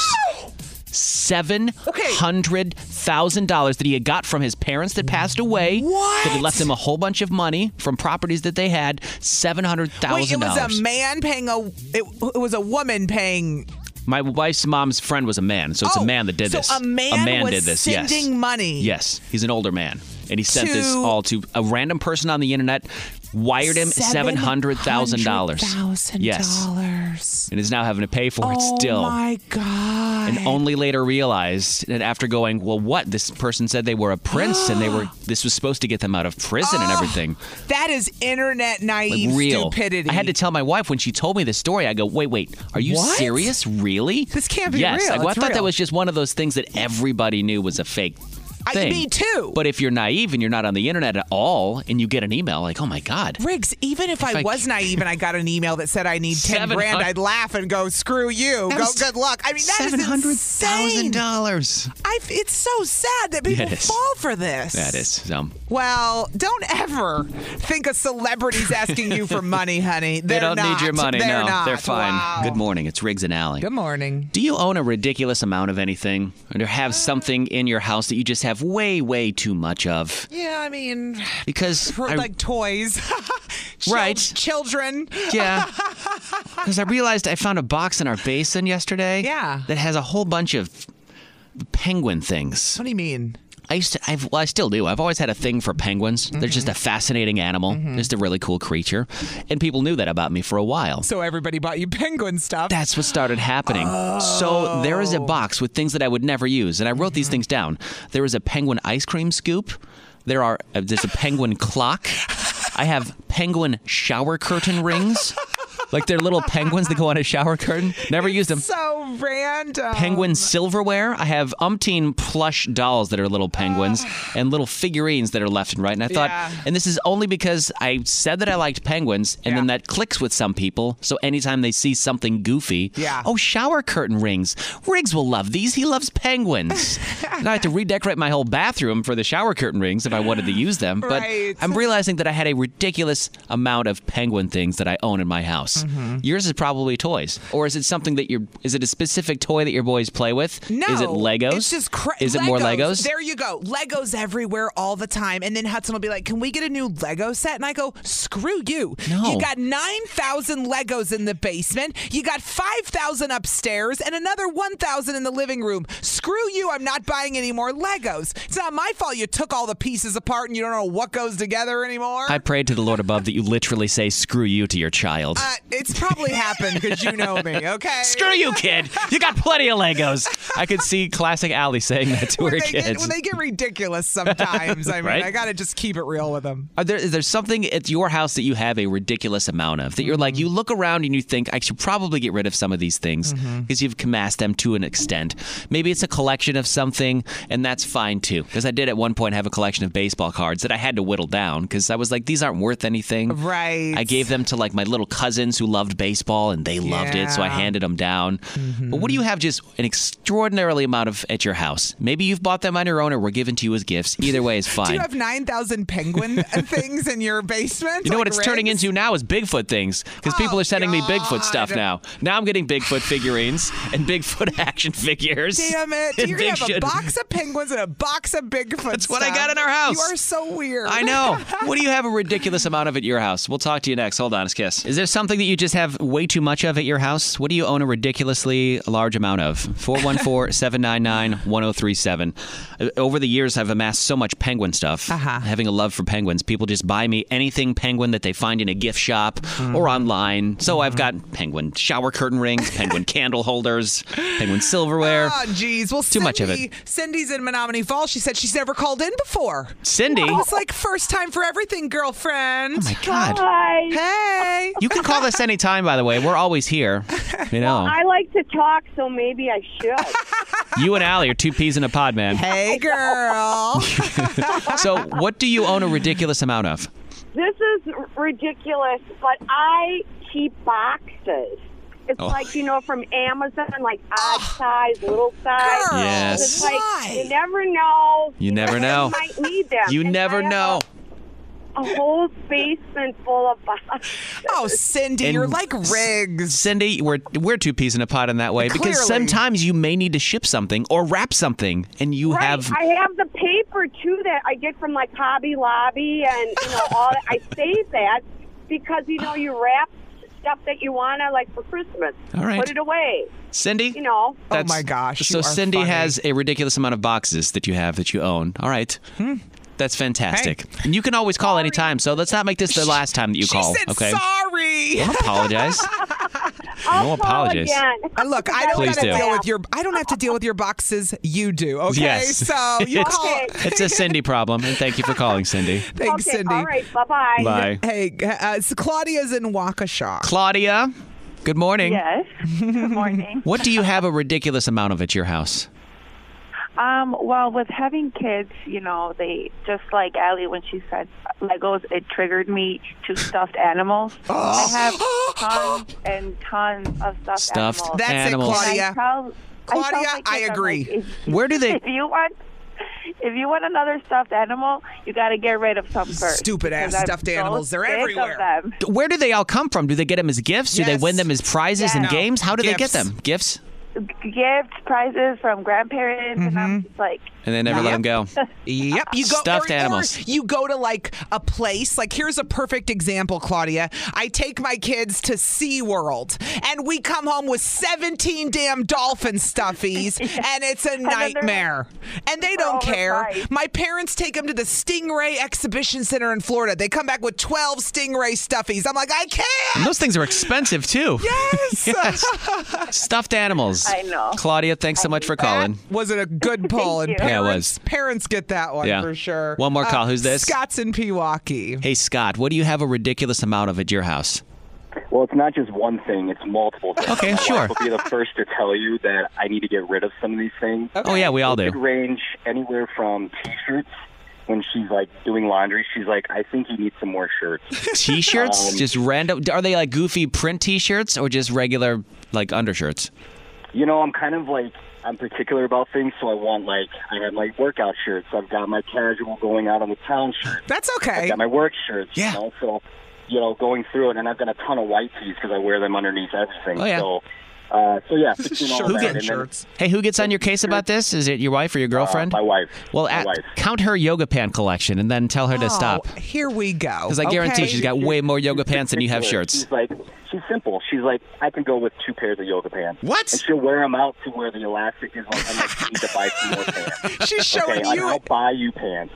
Speaker 4: Seven hundred thousand dollars that he had got from his parents that passed away. What? That had left him a whole bunch of money from properties that they had. Seven hundred
Speaker 3: Wait, it
Speaker 4: thousand
Speaker 3: was
Speaker 4: dollars.
Speaker 3: a man paying a. It, it was a woman paying.
Speaker 4: My wife's mom's friend was a man, so it's a man that did
Speaker 3: Oh, so
Speaker 4: this.
Speaker 3: a man, was
Speaker 4: did this. yes.
Speaker 3: sending money.
Speaker 4: Yes, he's an older man, and he sent this
Speaker 3: To-
Speaker 4: all to a random person on the internet. Wired him seven hundred thousand dollars. Yes,
Speaker 3: dollars.
Speaker 4: and is now having to pay for it
Speaker 3: Oh
Speaker 4: still.
Speaker 3: my god.
Speaker 4: and only later realized, and after going, well, what? This person said they were a prince, and they were. This was supposed to get them out of prison and everything.
Speaker 3: That is internet
Speaker 4: Like
Speaker 3: naive
Speaker 4: real
Speaker 3: stupidity.
Speaker 4: I had to tell my wife when she told me this story. I go, wait, wait, are you
Speaker 3: What?
Speaker 4: serious? Really? This
Speaker 3: can't be
Speaker 4: yes.
Speaker 3: real.
Speaker 4: I, go, I
Speaker 3: It's
Speaker 4: thought that
Speaker 3: real.
Speaker 4: was just one of those things that everybody knew was a fake
Speaker 3: I-
Speaker 4: thing.
Speaker 3: me too.
Speaker 4: But if you're naive and you're not on the internet at all, and you get an email like, "Oh my God,"
Speaker 3: Riggs, even if, I,
Speaker 4: I-
Speaker 3: was naive and I got an email that said I need 10 grand,
Speaker 4: 700
Speaker 3: I'd laugh and go, screw you.
Speaker 4: That
Speaker 3: Go,
Speaker 4: was
Speaker 3: good luck. I mean, that is insane.
Speaker 4: dollars.
Speaker 3: I've, it's so sad that people
Speaker 4: Yeah, it is.
Speaker 3: fall for this.
Speaker 4: that is some.
Speaker 3: Well, don't ever think a celebrity's asking you for money, honey.
Speaker 4: They
Speaker 3: They're
Speaker 4: don't
Speaker 3: not.
Speaker 4: need your money.
Speaker 3: They're
Speaker 4: no,
Speaker 3: not.
Speaker 4: they're fine.
Speaker 3: Wow.
Speaker 4: Good morning. It's Riggs and Alley.
Speaker 3: Good morning. Uh.
Speaker 4: Do you own a ridiculous amount of anything, or have something in your house that you just have way, way too much of?
Speaker 3: Yeah, I mean,
Speaker 4: Because
Speaker 3: for,
Speaker 4: I-
Speaker 3: like toys, Chil-
Speaker 4: Right.
Speaker 3: Children.
Speaker 4: Yeah. Because I realized I found a box in our basin yesterday.
Speaker 3: Yeah.
Speaker 4: That has a whole bunch of penguin things.
Speaker 3: What do you mean?
Speaker 4: I used to. I've, well, I still do. I've always had a thing for penguins. They're just
Speaker 3: Mm-hmm.
Speaker 4: a fascinating animal. Just a really cool creature, and people knew that about me for a while.
Speaker 3: So everybody bought you penguin stuff. Oh.
Speaker 4: That's what started happening. So there is a box with things that I would never use, and I wrote
Speaker 3: Mm-hmm.
Speaker 4: these things down. There is a penguin ice cream scoop. There are uh, there's a penguin clock. I have penguin shower curtain rings. Like they're little penguins that go on a shower curtain. Never used them.
Speaker 3: So random.
Speaker 4: Penguin silverware. I have umpteen plush dolls that are little penguins and little figurines that are left and right. And I thought,
Speaker 3: Yeah.
Speaker 4: and this is only because I said that I liked penguins, and then that clicks with some people. So anytime they see something goofy,
Speaker 3: Yeah.
Speaker 4: oh, shower curtain rings. Riggs will love these. He loves penguins. and I had to redecorate my whole bathroom for the shower curtain rings if I wanted to use them. But
Speaker 3: Right.
Speaker 4: I'm realizing that I had a ridiculous amount of penguin things that I own in my house.
Speaker 3: Mm-hmm.
Speaker 4: Yours is probably toys, or is it something that you're? Is it a specific toy that your boys play with?
Speaker 3: No,
Speaker 4: Is it Legos?
Speaker 3: It's just cra-
Speaker 4: Is it more Legos?
Speaker 3: There you go. Legos everywhere all the time. And then Hudson will be like, "Can we get a new Lego set?" And I go, "Screw you!
Speaker 4: No.
Speaker 3: You got nine thousand Legos in the basement. You got five thousand upstairs, and another one thousand in the living room. Screw you! I'm not buying any more Legos. It's not my fault. You took all the pieces apart, and you don't know what goes together anymore."
Speaker 4: I prayed to the Lord above that you literally say "screw you" to your child.
Speaker 3: Uh, it's probably happened because you know me, okay?
Speaker 4: Screw you, kid! You got plenty of Legos. I could see classic Allie saying that to her
Speaker 3: They
Speaker 4: kids.
Speaker 3: get, when they get ridiculous sometimes, I mean,
Speaker 4: Right?
Speaker 3: I got to just keep it real with them.
Speaker 4: Are there is there something at your house that you have a ridiculous amount of that you're like
Speaker 3: Mm-hmm.
Speaker 4: you look around and you think I should probably get rid of some of these things because
Speaker 3: Mm-hmm.
Speaker 4: you've amassed them to an extent. Maybe it's a collection of something and that's fine too. Because I did at one point have a collection of baseball cards that I had to whittle down because I was like these aren't worth anything.
Speaker 3: Right.
Speaker 4: I gave them to like my little cousins who loved baseball and they loved it, so I
Speaker 3: Yeah. Mm-hmm.
Speaker 4: handed them down. But what do you have just an extraordinarily amount of at your house? Maybe you've bought them on your own or were given to you as gifts. Either way is fine.
Speaker 3: Do you have 9,000 penguin things in your basement?
Speaker 4: You know what
Speaker 3: Like
Speaker 4: it's turning
Speaker 3: rigs?
Speaker 4: into now is Bigfoot things because people are sending
Speaker 3: Oh,
Speaker 4: me Bigfoot stuff now. Now I'm getting Bigfoot figurines and Bigfoot action figures.
Speaker 3: Damn it.
Speaker 4: and
Speaker 3: You're
Speaker 4: big
Speaker 3: going to have a
Speaker 4: shit.
Speaker 3: box of penguins and a box of Bigfoot
Speaker 4: That's what I
Speaker 3: stuff.
Speaker 4: got in our house.
Speaker 3: You are so weird.
Speaker 4: I know. What do you have a ridiculous amount of at your house? We'll talk to you next. Hold on, it's Kiss. Is there something that you just have way too much of at your house? What do you own a ridiculously large amount of? 414 799 1037. Uh, Over the years, I've amassed so much penguin stuff. Having a love for penguins, people just buy me anything penguin that they find in a gift shop or online. So I've got penguin shower curtain rings, penguin candle holders, penguin silverware.
Speaker 3: Oh, jeez. Well,
Speaker 4: Too much of it.
Speaker 3: Cindy's in Menominee Falls. She said she's never called in before.
Speaker 4: Cindy?
Speaker 3: It's like first time for everything, girlfriend. Oh, my
Speaker 4: God.
Speaker 3: Hey.
Speaker 4: You can call us anytime, by the way. We're always here. You know.
Speaker 11: I like to talk, so maybe I should.
Speaker 4: You and Allie are two peas in a pod, man.
Speaker 3: Hey, girl.
Speaker 4: So, what do you own a ridiculous amount of?
Speaker 11: This is r- ridiculous, but I keep boxes. It's
Speaker 4: Oh. Ah.
Speaker 11: like, you know, from Amazon, like odd size, little size.
Speaker 4: Girl, Yes.
Speaker 11: It's like, you never know.
Speaker 4: You never know.
Speaker 11: You might need them.
Speaker 4: You
Speaker 11: And
Speaker 4: never
Speaker 11: I have
Speaker 4: know.
Speaker 11: A whole basement full of boxes.
Speaker 3: Oh, Cindy,
Speaker 4: And
Speaker 3: you're like Rick.
Speaker 4: Cindy, we're we're two peas in a pod in that way because
Speaker 11: Clearly.
Speaker 4: sometimes you may need to ship something or wrap something, and you
Speaker 11: Right.
Speaker 4: have
Speaker 11: I have the paper too that I get from like Hobby Lobby and you know all that. I save that because you know you wrap stuff that you wanna like for Christmas.
Speaker 4: All right.
Speaker 11: Put it away.
Speaker 4: Cindy.
Speaker 11: You know.
Speaker 4: That's- So
Speaker 3: Oh you are
Speaker 4: Cindy
Speaker 3: funny.
Speaker 4: has a ridiculous amount of boxes that you have that you own. All right.
Speaker 3: Hmm.
Speaker 4: That's fantastic. And you can always call anytime. So let's not make this the last time that you
Speaker 3: she
Speaker 4: call.
Speaker 3: said
Speaker 4: okay.
Speaker 3: sorry.
Speaker 4: Don't apologize.
Speaker 11: I'll
Speaker 4: no
Speaker 11: call
Speaker 4: apologies.
Speaker 11: again.
Speaker 3: Uh, Look, I don't
Speaker 4: Please
Speaker 3: gotta
Speaker 4: do.
Speaker 3: deal with your. I don't have to deal with your boxes. You do. Okay,
Speaker 4: Yes.
Speaker 3: so you
Speaker 4: it's,
Speaker 3: call.
Speaker 4: it's a Cindy problem, and thank you for calling, Cindy.
Speaker 3: Thanks,
Speaker 11: okay,
Speaker 3: Cindy.
Speaker 11: All right. Bye bye.
Speaker 4: Bye.
Speaker 3: Hey, uh, it's Claudia's in Waukesha.
Speaker 4: Claudia, good morning.
Speaker 14: Yes. Good morning.
Speaker 4: What do you have a ridiculous amount of at your house?
Speaker 11: Um, well, with having kids, you know, they just like Allie when she said Legos, it triggered me to stuffed animals. I have tons and tons of stuffed,
Speaker 4: Stuffed
Speaker 11: animals.
Speaker 4: That's it, animals. Claudia.
Speaker 11: And I tell- I tell
Speaker 3: Claudia,
Speaker 11: my kids,
Speaker 3: I
Speaker 11: I'm like,
Speaker 3: agree.
Speaker 11: if-
Speaker 4: Where do they-
Speaker 11: If you want, if you want another stuffed animal, you got to get rid of some first.
Speaker 3: Stupid ass
Speaker 11: because I'm
Speaker 3: stuffed
Speaker 11: so
Speaker 3: animals. They're
Speaker 11: sick of
Speaker 3: everywhere.
Speaker 11: them.
Speaker 4: D- Where do they all come from? Do they get them as gifts? Do they win them as prizes and
Speaker 11: Yeah. No.
Speaker 4: games? How do they get
Speaker 11: Gifts.
Speaker 4: them? Gifts?
Speaker 11: Gifts, prizes from grandparents, and
Speaker 3: Mm-hmm.
Speaker 11: I'm just like,
Speaker 4: And they never let them go.
Speaker 3: Yep, you go
Speaker 4: Stuffed
Speaker 3: or- or
Speaker 4: animals.
Speaker 3: you go to like a place. Like here's a perfect example, Claudia. I take my kids to SeaWorld and we come home with 17 damn dolphin stuffies and it's a
Speaker 11: then they're
Speaker 3: nightmare. And they don't care. My parents take them to the Stingray Exhibition Center in Florida. They come back with 12 stingray stuffies. I'm like, "I can't."
Speaker 4: And those things are expensive too.
Speaker 3: Yes.
Speaker 4: Stuffed animals.
Speaker 3: I know.
Speaker 4: Claudia, thanks so much for calling.
Speaker 3: Was it a good poll? And
Speaker 4: you.
Speaker 3: parents,
Speaker 4: Yeah, it was.
Speaker 3: Parents get that one
Speaker 4: Yeah.
Speaker 3: for sure. Uh,
Speaker 4: One more call. Who's this?
Speaker 3: Scott's in Pewaukee.
Speaker 4: Hey Scott, what do you have a ridiculous amount of at your house?
Speaker 14: Well, it's not just one thing; it's multiple things.
Speaker 4: Okay,
Speaker 14: My
Speaker 4: sure.
Speaker 14: wife Will be the first to tell you that I need to get rid of some of these things.
Speaker 4: Oh yeah, we all
Speaker 14: It
Speaker 4: do.
Speaker 14: could range anywhere from T-shirts. When she's like doing laundry, she's like, "I think you need some more shirts."
Speaker 4: T-shirts,
Speaker 14: Um,
Speaker 4: just random. Are they like goofy print T-shirts or just regular like undershirts?
Speaker 14: you know, I'm kind of like I'm particular about things, so I want like I have my workout shirts. I've got my casual going out on the town shirt.
Speaker 3: That's
Speaker 14: I've
Speaker 3: okay.
Speaker 14: got my work shirts. Yeah. You know? So, you know, going through it, and I've got a ton of white tees because I wear them underneath everything.
Speaker 4: Oh, yeah.
Speaker 14: So, uh, so yeah, between all
Speaker 4: Who
Speaker 14: that,
Speaker 4: get-
Speaker 14: and then-
Speaker 4: Hey, who gets on your case about this? Is it your wife or your girlfriend?
Speaker 14: Uh, my wife.
Speaker 4: Well,
Speaker 14: My
Speaker 4: at-
Speaker 14: wife.
Speaker 4: count her yoga pant collection and then tell her to stop.
Speaker 3: Oh, Here we go.
Speaker 4: Because I guarantee she's got way more yoga pants than you have shirts.
Speaker 14: She's like, she's simple. She's like, I can go with two pairs of yoga pants.
Speaker 4: What?
Speaker 14: And she'll wear them out to where the elastic is. Like, I'm like, you need to buy some more pants.
Speaker 3: She's showing
Speaker 14: okay, like,
Speaker 3: you-
Speaker 14: I'll buy you pants.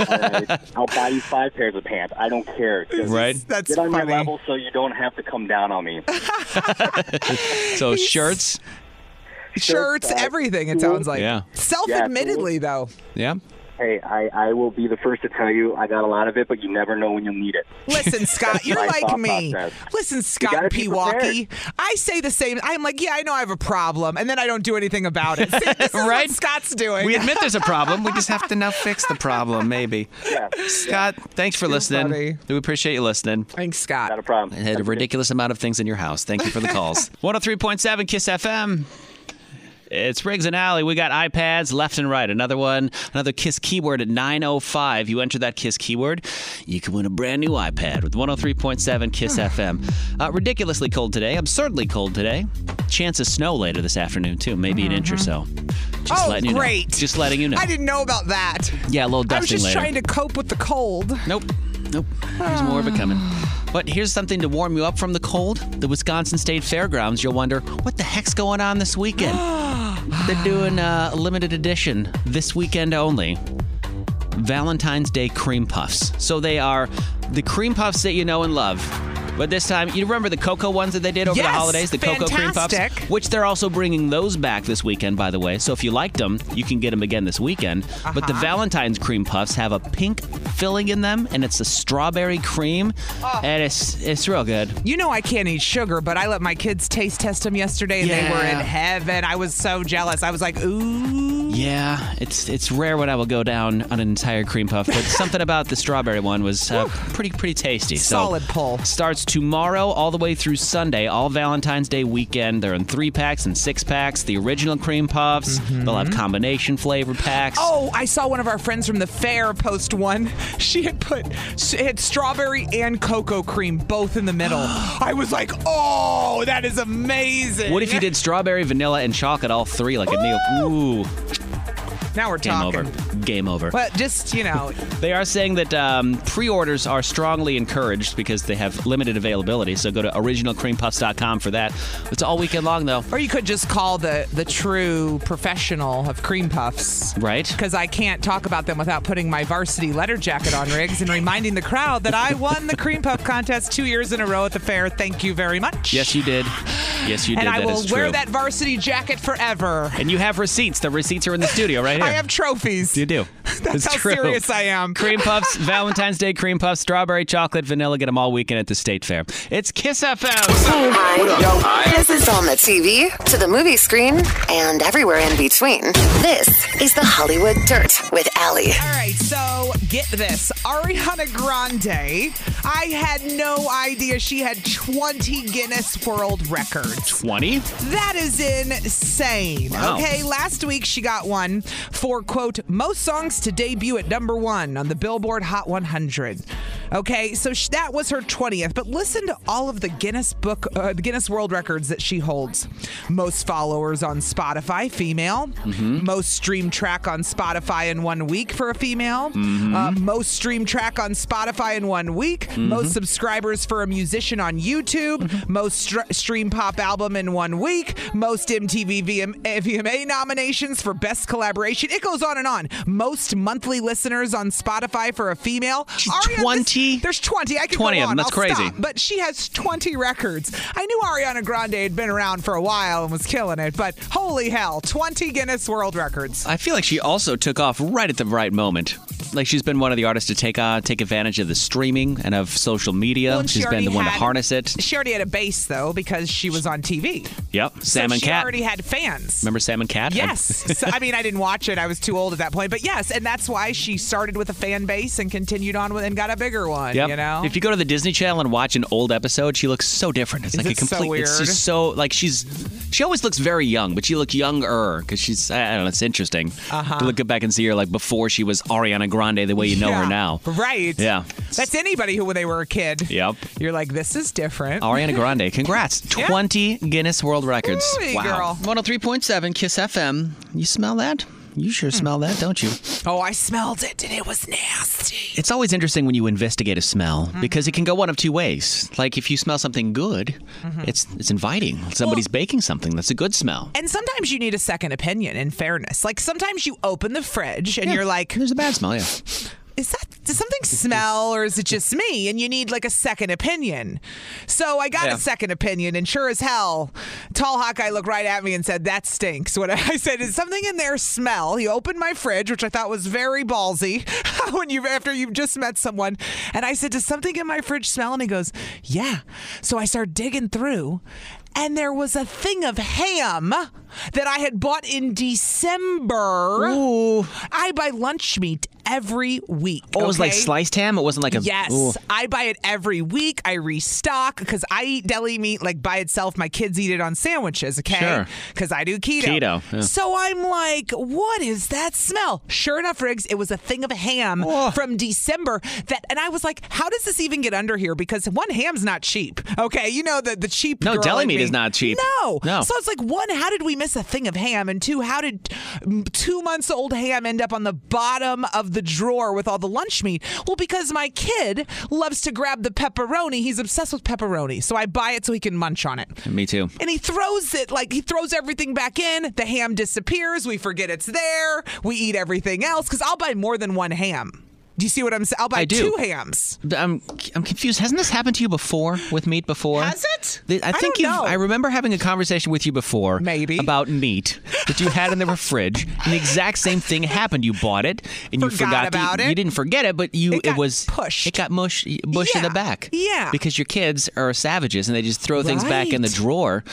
Speaker 14: All right? I'll buy you five pairs of pants. I don't care. Just
Speaker 4: Right.
Speaker 3: That's
Speaker 14: Get on
Speaker 3: funny.
Speaker 14: my level so you don't have to come down on me.
Speaker 4: So shirts,
Speaker 3: shirts,
Speaker 14: uh,
Speaker 3: everything. It sounds like.
Speaker 4: Yeah.
Speaker 3: Self-admittedly, though.
Speaker 4: yeah.
Speaker 14: Hey, I, I will be the first to tell you I got a lot of it, but you never know when you'll need it.
Speaker 3: Listen, Scott, you're
Speaker 14: my
Speaker 3: like
Speaker 14: thought
Speaker 3: me.
Speaker 14: process.
Speaker 3: Listen, Scott
Speaker 14: gotta be
Speaker 3: Pewaukee, I say the same. I'm like, yeah, I know I have a problem, and then I don't do anything about it. See, this is
Speaker 4: Right?
Speaker 3: what Scott's doing.
Speaker 4: We admit there's a problem. We just have to now fix the problem, maybe. Scott, thanks for listening. We appreciate you listening.
Speaker 3: Thanks, Scott.
Speaker 4: Not a problem. had a ridiculous amount of things in your house. Thank you for the calls. 103.7 Kiss FM. It's Riggs and Alley. We got iPads left and right. Another one, another Kiss keyword at 905. You enter that Kiss keyword, you can win a brand new iPad with 103.7 Kiss FM. Uh, ridiculously cold today, absurdly cold today. Chance of snow later this afternoon, too, maybe an inch or so. Just
Speaker 3: Oh,
Speaker 4: letting you
Speaker 3: great.
Speaker 4: Know. Just letting you know.
Speaker 3: I didn't know about that.
Speaker 4: Yeah, a little
Speaker 3: I was
Speaker 4: dusting
Speaker 3: just
Speaker 4: later.
Speaker 3: trying to cope with the cold.
Speaker 4: Nope. Nope. There's more of it coming. But here's something to warm you up from the cold. The Wisconsin State Fairgrounds, you'll wonder, what the heck's going on this weekend? They're doing uh, a limited edition this weekend only. Valentine's Day cream puffs. So they are the cream puffs that you know and love. But this time, you remember the cocoa ones that they did over
Speaker 1: Yes,
Speaker 4: the holidays, the cocoa cream puffs?
Speaker 1: fantastic.
Speaker 4: which they're also bringing those back this weekend, by the way. So if you liked them, you can get them again this weekend. But the
Speaker 1: Uh-huh.
Speaker 4: Valentine's cream puffs have a pink filling in them, and it's a strawberry cream, and it's it's real good.
Speaker 3: Oh. You know I can't eat sugar, but I let my kids taste test them yesterday, and they were
Speaker 4: Yeah.
Speaker 3: in heaven. I was so jealous. I was like, ooh.
Speaker 4: Yeah, it's it's rare when I will go down on an entire cream puff, but something about the strawberry one was uh, pretty pretty tasty. So
Speaker 3: Solid pull.
Speaker 4: Starts tomorrow all the way through Sunday, all Valentine's Day weekend. They're in three packs and six packs. The original cream puffs.
Speaker 3: Mm-hmm.
Speaker 4: They'll have combination flavor packs.
Speaker 3: Oh, I saw one of our friends from the fair post one. She had put she had strawberry and cocoa cream both in the middle. I was like, oh, that is amazing.
Speaker 4: What if you did strawberry, vanilla, and chocolate all three like a meal? Ooh,
Speaker 3: Now we're
Speaker 4: game
Speaker 3: talking.
Speaker 4: over. Game over.
Speaker 3: But just you know,
Speaker 4: They are saying that um, pre-orders are strongly encouraged because they have limited availability. So go to originalcreampuffs.com for that. It's all weekend long though.
Speaker 3: or you could just call the the true professional of cream puffs,
Speaker 4: right?
Speaker 3: Because I can't talk about them without putting my varsity letter jacket on, Riggs, and reminding the crowd that I won the cream puff contest two years in a row at the fair. Thank you very much.
Speaker 4: Yes, you did. Yes, you
Speaker 3: and
Speaker 4: did.
Speaker 3: I
Speaker 4: That
Speaker 3: will
Speaker 4: is
Speaker 3: wear
Speaker 4: true.
Speaker 3: that varsity jacket forever.
Speaker 4: And you have receipts. The receipts are in the studio right here. I have
Speaker 3: trophies.
Speaker 4: You do.
Speaker 3: That's
Speaker 4: it's
Speaker 3: how
Speaker 4: true.
Speaker 3: serious I am.
Speaker 4: Cream puffs, Valentine's Day cream puffs, strawberry chocolate, vanilla. Get them all weekend at the State Fair. It's Kiss FM.
Speaker 2: This is on the TV, to the movie screen, and everywhere in between. This is the Hollywood Dirt with Allie.
Speaker 3: All right, so get this. Ariana Grande, I had no idea she had 20 Guinness World Records.
Speaker 4: 20?
Speaker 3: That is insane.
Speaker 4: Wow.
Speaker 3: Okay, last week she got one for, quote, most songs to debut at number one on the Billboard Hot 100. Okay, so sh- that was her 20th, but listen to all of the Guinness Book, uh, the Guinness World Records that she holds. Most followers on Spotify, female. Most streamed track on Spotify in one week for a female.
Speaker 15: Mhm.
Speaker 4: Mm-hmm.
Speaker 3: Uh, most streamed track on Spotify in one week. Most subscribers for a musician on YouTube.
Speaker 4: Mm-hmm.
Speaker 3: Most str- stream pop album in one week. Most MTV VM- eh, VMA nominations for best collaboration. It goes on and on. Most monthly listeners on Spotify for a female. Twenty. There's twenty. I could
Speaker 4: 20
Speaker 3: go
Speaker 4: of them.
Speaker 3: on.
Speaker 4: That's
Speaker 3: I'll
Speaker 4: crazy.
Speaker 3: stop. But she has twenty records. I knew Ariana Grande had been around for a while and was killing it, but holy hell, twenty Guinness World Records.
Speaker 4: I feel like she also took off right at the right moment. Like she's been one of the artists to take on, take advantage of the streaming and of social media.
Speaker 3: and she
Speaker 4: she's been
Speaker 3: already
Speaker 4: the one to
Speaker 3: had-
Speaker 4: harness it.
Speaker 3: She already had a base though because she was on TV.
Speaker 4: Yep. Sam
Speaker 3: so
Speaker 4: and
Speaker 3: she
Speaker 4: Cat.
Speaker 3: already had fans.
Speaker 4: Remember Sam and Cat?
Speaker 3: Yes. so, I mean, I didn't watch it. I was too old at that point. But yes, and that's why she started with a fan base and continued on with and got a bigger one.
Speaker 4: Yep.
Speaker 3: You know.
Speaker 4: If you go to the Disney Channel and watch an old episode, she looks so different. It's
Speaker 3: Is
Speaker 4: like a
Speaker 3: it so
Speaker 4: complete. It's
Speaker 3: weird?
Speaker 4: just so like she's. She always looks very young, but she looked younger because she's. I I don't know. It's interesting
Speaker 3: Uh-huh.
Speaker 4: to look back and see her like before she was Ariana Grande the way you know
Speaker 3: Yeah.
Speaker 4: her now.
Speaker 3: Right.
Speaker 4: Yeah.
Speaker 3: That's anybody who when they were a kid.
Speaker 4: Yep.
Speaker 3: You're like, this is different.
Speaker 4: Ariana Grande. Congrats. 20 Guinness World Records.
Speaker 3: Ooh-wee,
Speaker 4: wow.
Speaker 3: girl.
Speaker 4: 103.7 Kiss FM. You smell that? You sure
Speaker 3: Hmm.
Speaker 4: smell that, don't you?
Speaker 3: Oh, I smelled it and it was nasty.
Speaker 4: It's always interesting when you investigate a smell
Speaker 3: Hmm.
Speaker 4: because it can go one of two ways. Like if you smell something good,
Speaker 3: Mm-hmm.
Speaker 4: it's it's inviting. Somebody's baking something. That's a good smell.
Speaker 3: And sometimes you need a second opinion. In fairness, like sometimes you open the fridge and you're like,
Speaker 4: "There's a bad smell." Yeah.
Speaker 3: Is that does something smell or is it just me? And you need like a second opinion. So I got
Speaker 4: Yeah.
Speaker 3: a second opinion, and sure as hell, tall Hawkeye looked right at me and said, "That stinks." What I said is something in there smell. He opened my fridge, which I thought was very ballsy when you after you've just met someone, and I said, "Does something in my fridge smell?" And he goes, "Yeah." So I started digging through, and there was a thing of ham that I had bought in December. I buy lunch meat every week.
Speaker 4: Oh, it was like
Speaker 3: okay?
Speaker 4: sliced ham. It wasn't like a
Speaker 3: Yes,
Speaker 4: Ooh.
Speaker 3: I buy it every week. I restock because I eat deli meat like by itself. My kids eat it on sandwiches, okay?
Speaker 4: Sure.
Speaker 3: Because I do keto.
Speaker 4: Keto, yeah.
Speaker 3: So I'm like, what is that smell? Sure enough, Riggs, it was a thing of ham from December that, and I was like, how does this even get under here? Because one ham's not cheap, okay? You know the the cheap.
Speaker 4: No,
Speaker 3: girl
Speaker 4: deli
Speaker 3: in
Speaker 4: meat
Speaker 3: me-
Speaker 4: is not cheap.
Speaker 3: No,
Speaker 4: No.
Speaker 3: So it's like one, how did we miss a thing of ham? And two, how did mm, two months old ham end up on the bottom of the drawer with all the lunch meat? Well, because my kid loves to grab the pepperoni. He's obsessed with pepperoni. So I buy it so he can munch on it.
Speaker 4: Me too.
Speaker 3: And he throws it like he throws everything back in. The ham disappears. We forget it's there. We eat everything else because I'll buy more than one ham. Do you see what I'm saying? I'll buy
Speaker 4: I do.
Speaker 3: two hams.
Speaker 4: I'm I'm confused. Hasn't this happened to you before with meat before? Has
Speaker 3: it?
Speaker 4: I think you. I remember having a conversation with you before, maybe about meat that you had in the fridge. And the exact same thing happened. You bought it and you
Speaker 3: Forgot
Speaker 4: forgot
Speaker 3: about
Speaker 4: to,
Speaker 3: it.
Speaker 4: You didn't forget it, but you it,
Speaker 3: got
Speaker 4: was pushed. It got mush mush in the back.
Speaker 3: yeah.
Speaker 4: Because your kids are savages and they just throw things back in the
Speaker 3: Right.
Speaker 4: drawer.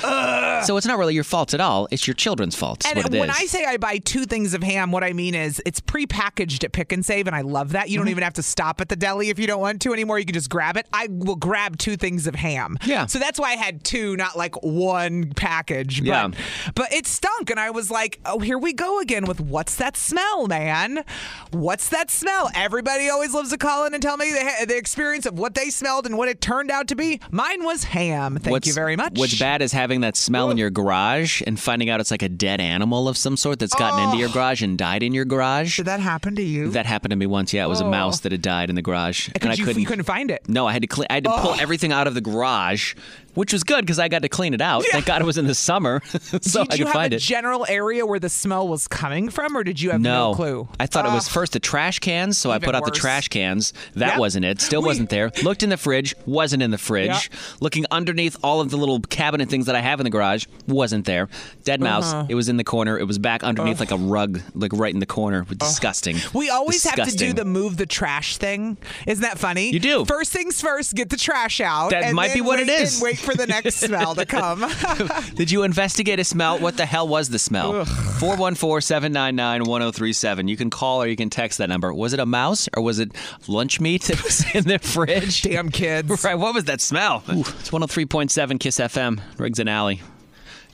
Speaker 4: So it's not really your fault at all. It's your children's fault. is
Speaker 3: And
Speaker 4: what it
Speaker 3: when
Speaker 4: is.
Speaker 3: I say I buy two things of ham, what I mean is it's prepackaged at Pick and Save, and I love that. You
Speaker 4: Mm-hmm.
Speaker 3: don't even have to stop at the deli if you don't want to anymore. You can just grab it. I will grab two things of ham. Yeah. So that's why I had two, not like one package. But,
Speaker 4: Yeah.
Speaker 3: But it stunk, and I was like, oh, here we go again with what's that smell, man? What's that smell? Everybody always loves to call in and tell me the, the experience of what they smelled and what it turned out to be. Mine was ham. Um, Thank you
Speaker 4: What's-
Speaker 3: very much.
Speaker 4: What's bad is having that smell in your garage and finding out it's like a dead animal of some sort that's gotten into your garage and died in your garage. Did
Speaker 3: Oh. that happen to you? Oh. Uh,
Speaker 4: That happened to me once. Yeah, it was a mouse that had died in the garage, and I
Speaker 3: you,
Speaker 4: couldn't.
Speaker 3: you couldn't find it. Oh.
Speaker 4: no, I had to clean. I had to pull
Speaker 3: Ugh.
Speaker 4: everything out of the garage which was good because I got to clean it out. Thank God it was in the summer, so
Speaker 3: did
Speaker 4: I
Speaker 3: you
Speaker 4: could
Speaker 3: have
Speaker 4: find
Speaker 3: a
Speaker 4: it.
Speaker 3: general area where the smell was coming from, or did you have no, clue?
Speaker 4: I thought it was
Speaker 3: Ugh.
Speaker 4: first the trash cans, so I
Speaker 3: Even
Speaker 4: put out the
Speaker 3: worse.
Speaker 4: trash cans. That
Speaker 3: Yep.
Speaker 4: wasn't it. Still wasn't there. Looked in the fridge, wasn't in the fridge.
Speaker 3: Yep.
Speaker 4: Looking underneath all of the little cabinet things that I have in the garage, wasn't there. Dead mouse.
Speaker 3: Uh-huh.
Speaker 4: It was in the corner. It was back underneath
Speaker 3: Ugh.
Speaker 4: like a rug, like right in the corner. Disgusting.
Speaker 3: We always have to do
Speaker 4: Disgusting.
Speaker 3: the move the trash thing. Isn't that funny? You
Speaker 4: do.
Speaker 3: First things first, get the trash out.
Speaker 4: That
Speaker 3: and
Speaker 4: might be
Speaker 3: then
Speaker 4: what it
Speaker 3: wait-
Speaker 4: is.
Speaker 3: And wait for the next smell to come.
Speaker 4: Did you investigate a smell? What the hell was the smell? 414 799 1037. You can call or you can text that number. Was it a mouse or was it lunch meat that was in the fridge?
Speaker 3: Damn kids.
Speaker 4: Right. What was that smell? it's 103.7 Kiss FM, Riggs and Alley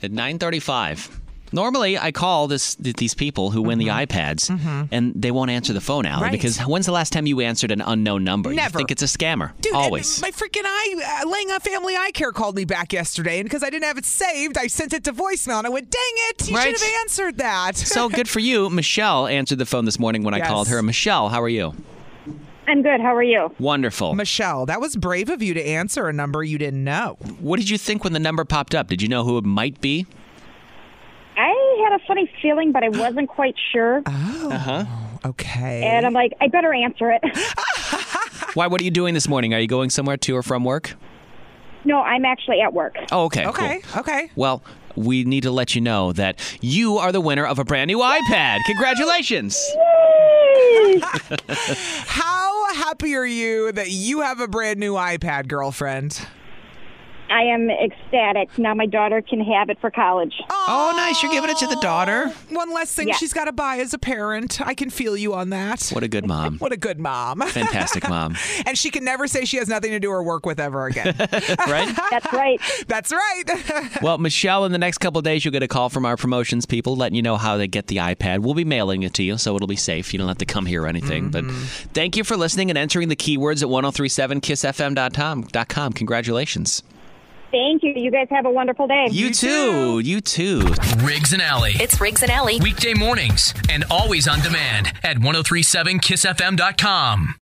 Speaker 4: at 935. Normally, I call this th- these people who win the iPads,
Speaker 3: Mhm.
Speaker 4: and they won't answer the phone, Allie,
Speaker 3: Right.
Speaker 4: because when's the last time you answered an unknown number?
Speaker 3: Never.
Speaker 4: You think it's a scammer.
Speaker 3: Dude, and
Speaker 4: Always.
Speaker 3: my freaking eye, uh, Lang uh, Family Eye Care called me back yesterday, and because I didn't have it saved, I sent it to voicemail, and I went, "Dang it! You
Speaker 4: Right.
Speaker 3: should have answered that."
Speaker 4: so good for you. Michelle answered the phone this morning when I
Speaker 3: Yes.
Speaker 4: called her. Michelle, how are you?
Speaker 3: I'm good. How are you?
Speaker 4: Wonderful.
Speaker 3: Michelle, that was brave of you to answer a number you didn't know.
Speaker 4: What did you think when the number popped up? Did you know who it might be?
Speaker 15: I had a funny feeling, but I wasn't quite sure.
Speaker 4: Uh huh.
Speaker 3: Oh, Okay.
Speaker 15: And I'm like, I better answer it.
Speaker 4: Why? What are you doing this morning? Are you going somewhere to or from work?
Speaker 15: no, I'm actually at work.
Speaker 4: Oh, okay. cool.
Speaker 3: okay.
Speaker 4: Well, we need to let you know that you are the winner of a brand new iPad. Congratulations!
Speaker 3: How happy are you that you have a brand new iPad, girlfriend?
Speaker 15: I am ecstatic. Now my daughter can have it for college.
Speaker 4: Oh, nice. You're giving it to the daughter.
Speaker 3: One less thing
Speaker 15: Yeah.
Speaker 3: she's got to buy as a parent. I can feel you on that.
Speaker 4: What a good mom.
Speaker 3: What a good mom.
Speaker 4: Fantastic mom.
Speaker 3: and she can never say she has nothing to do or work with ever again.
Speaker 4: right?
Speaker 15: That's right.
Speaker 3: That's right.
Speaker 4: Well, Michelle, in the next couple of days, you'll get a call from our promotions people letting you know how they get the iPad. We'll be mailing it to you, so it'll be safe. You don't have to come here or anything. But thank you for listening and entering the keywords at 1037kissfm.com. Congratulations.
Speaker 15: Thank you. You guys have a wonderful day.
Speaker 4: You, too. You too.
Speaker 1: Riggs and Alley.
Speaker 2: It's Riggs and Alley.
Speaker 1: oh Weekday mornings and always on demand at 1037kissfm.com.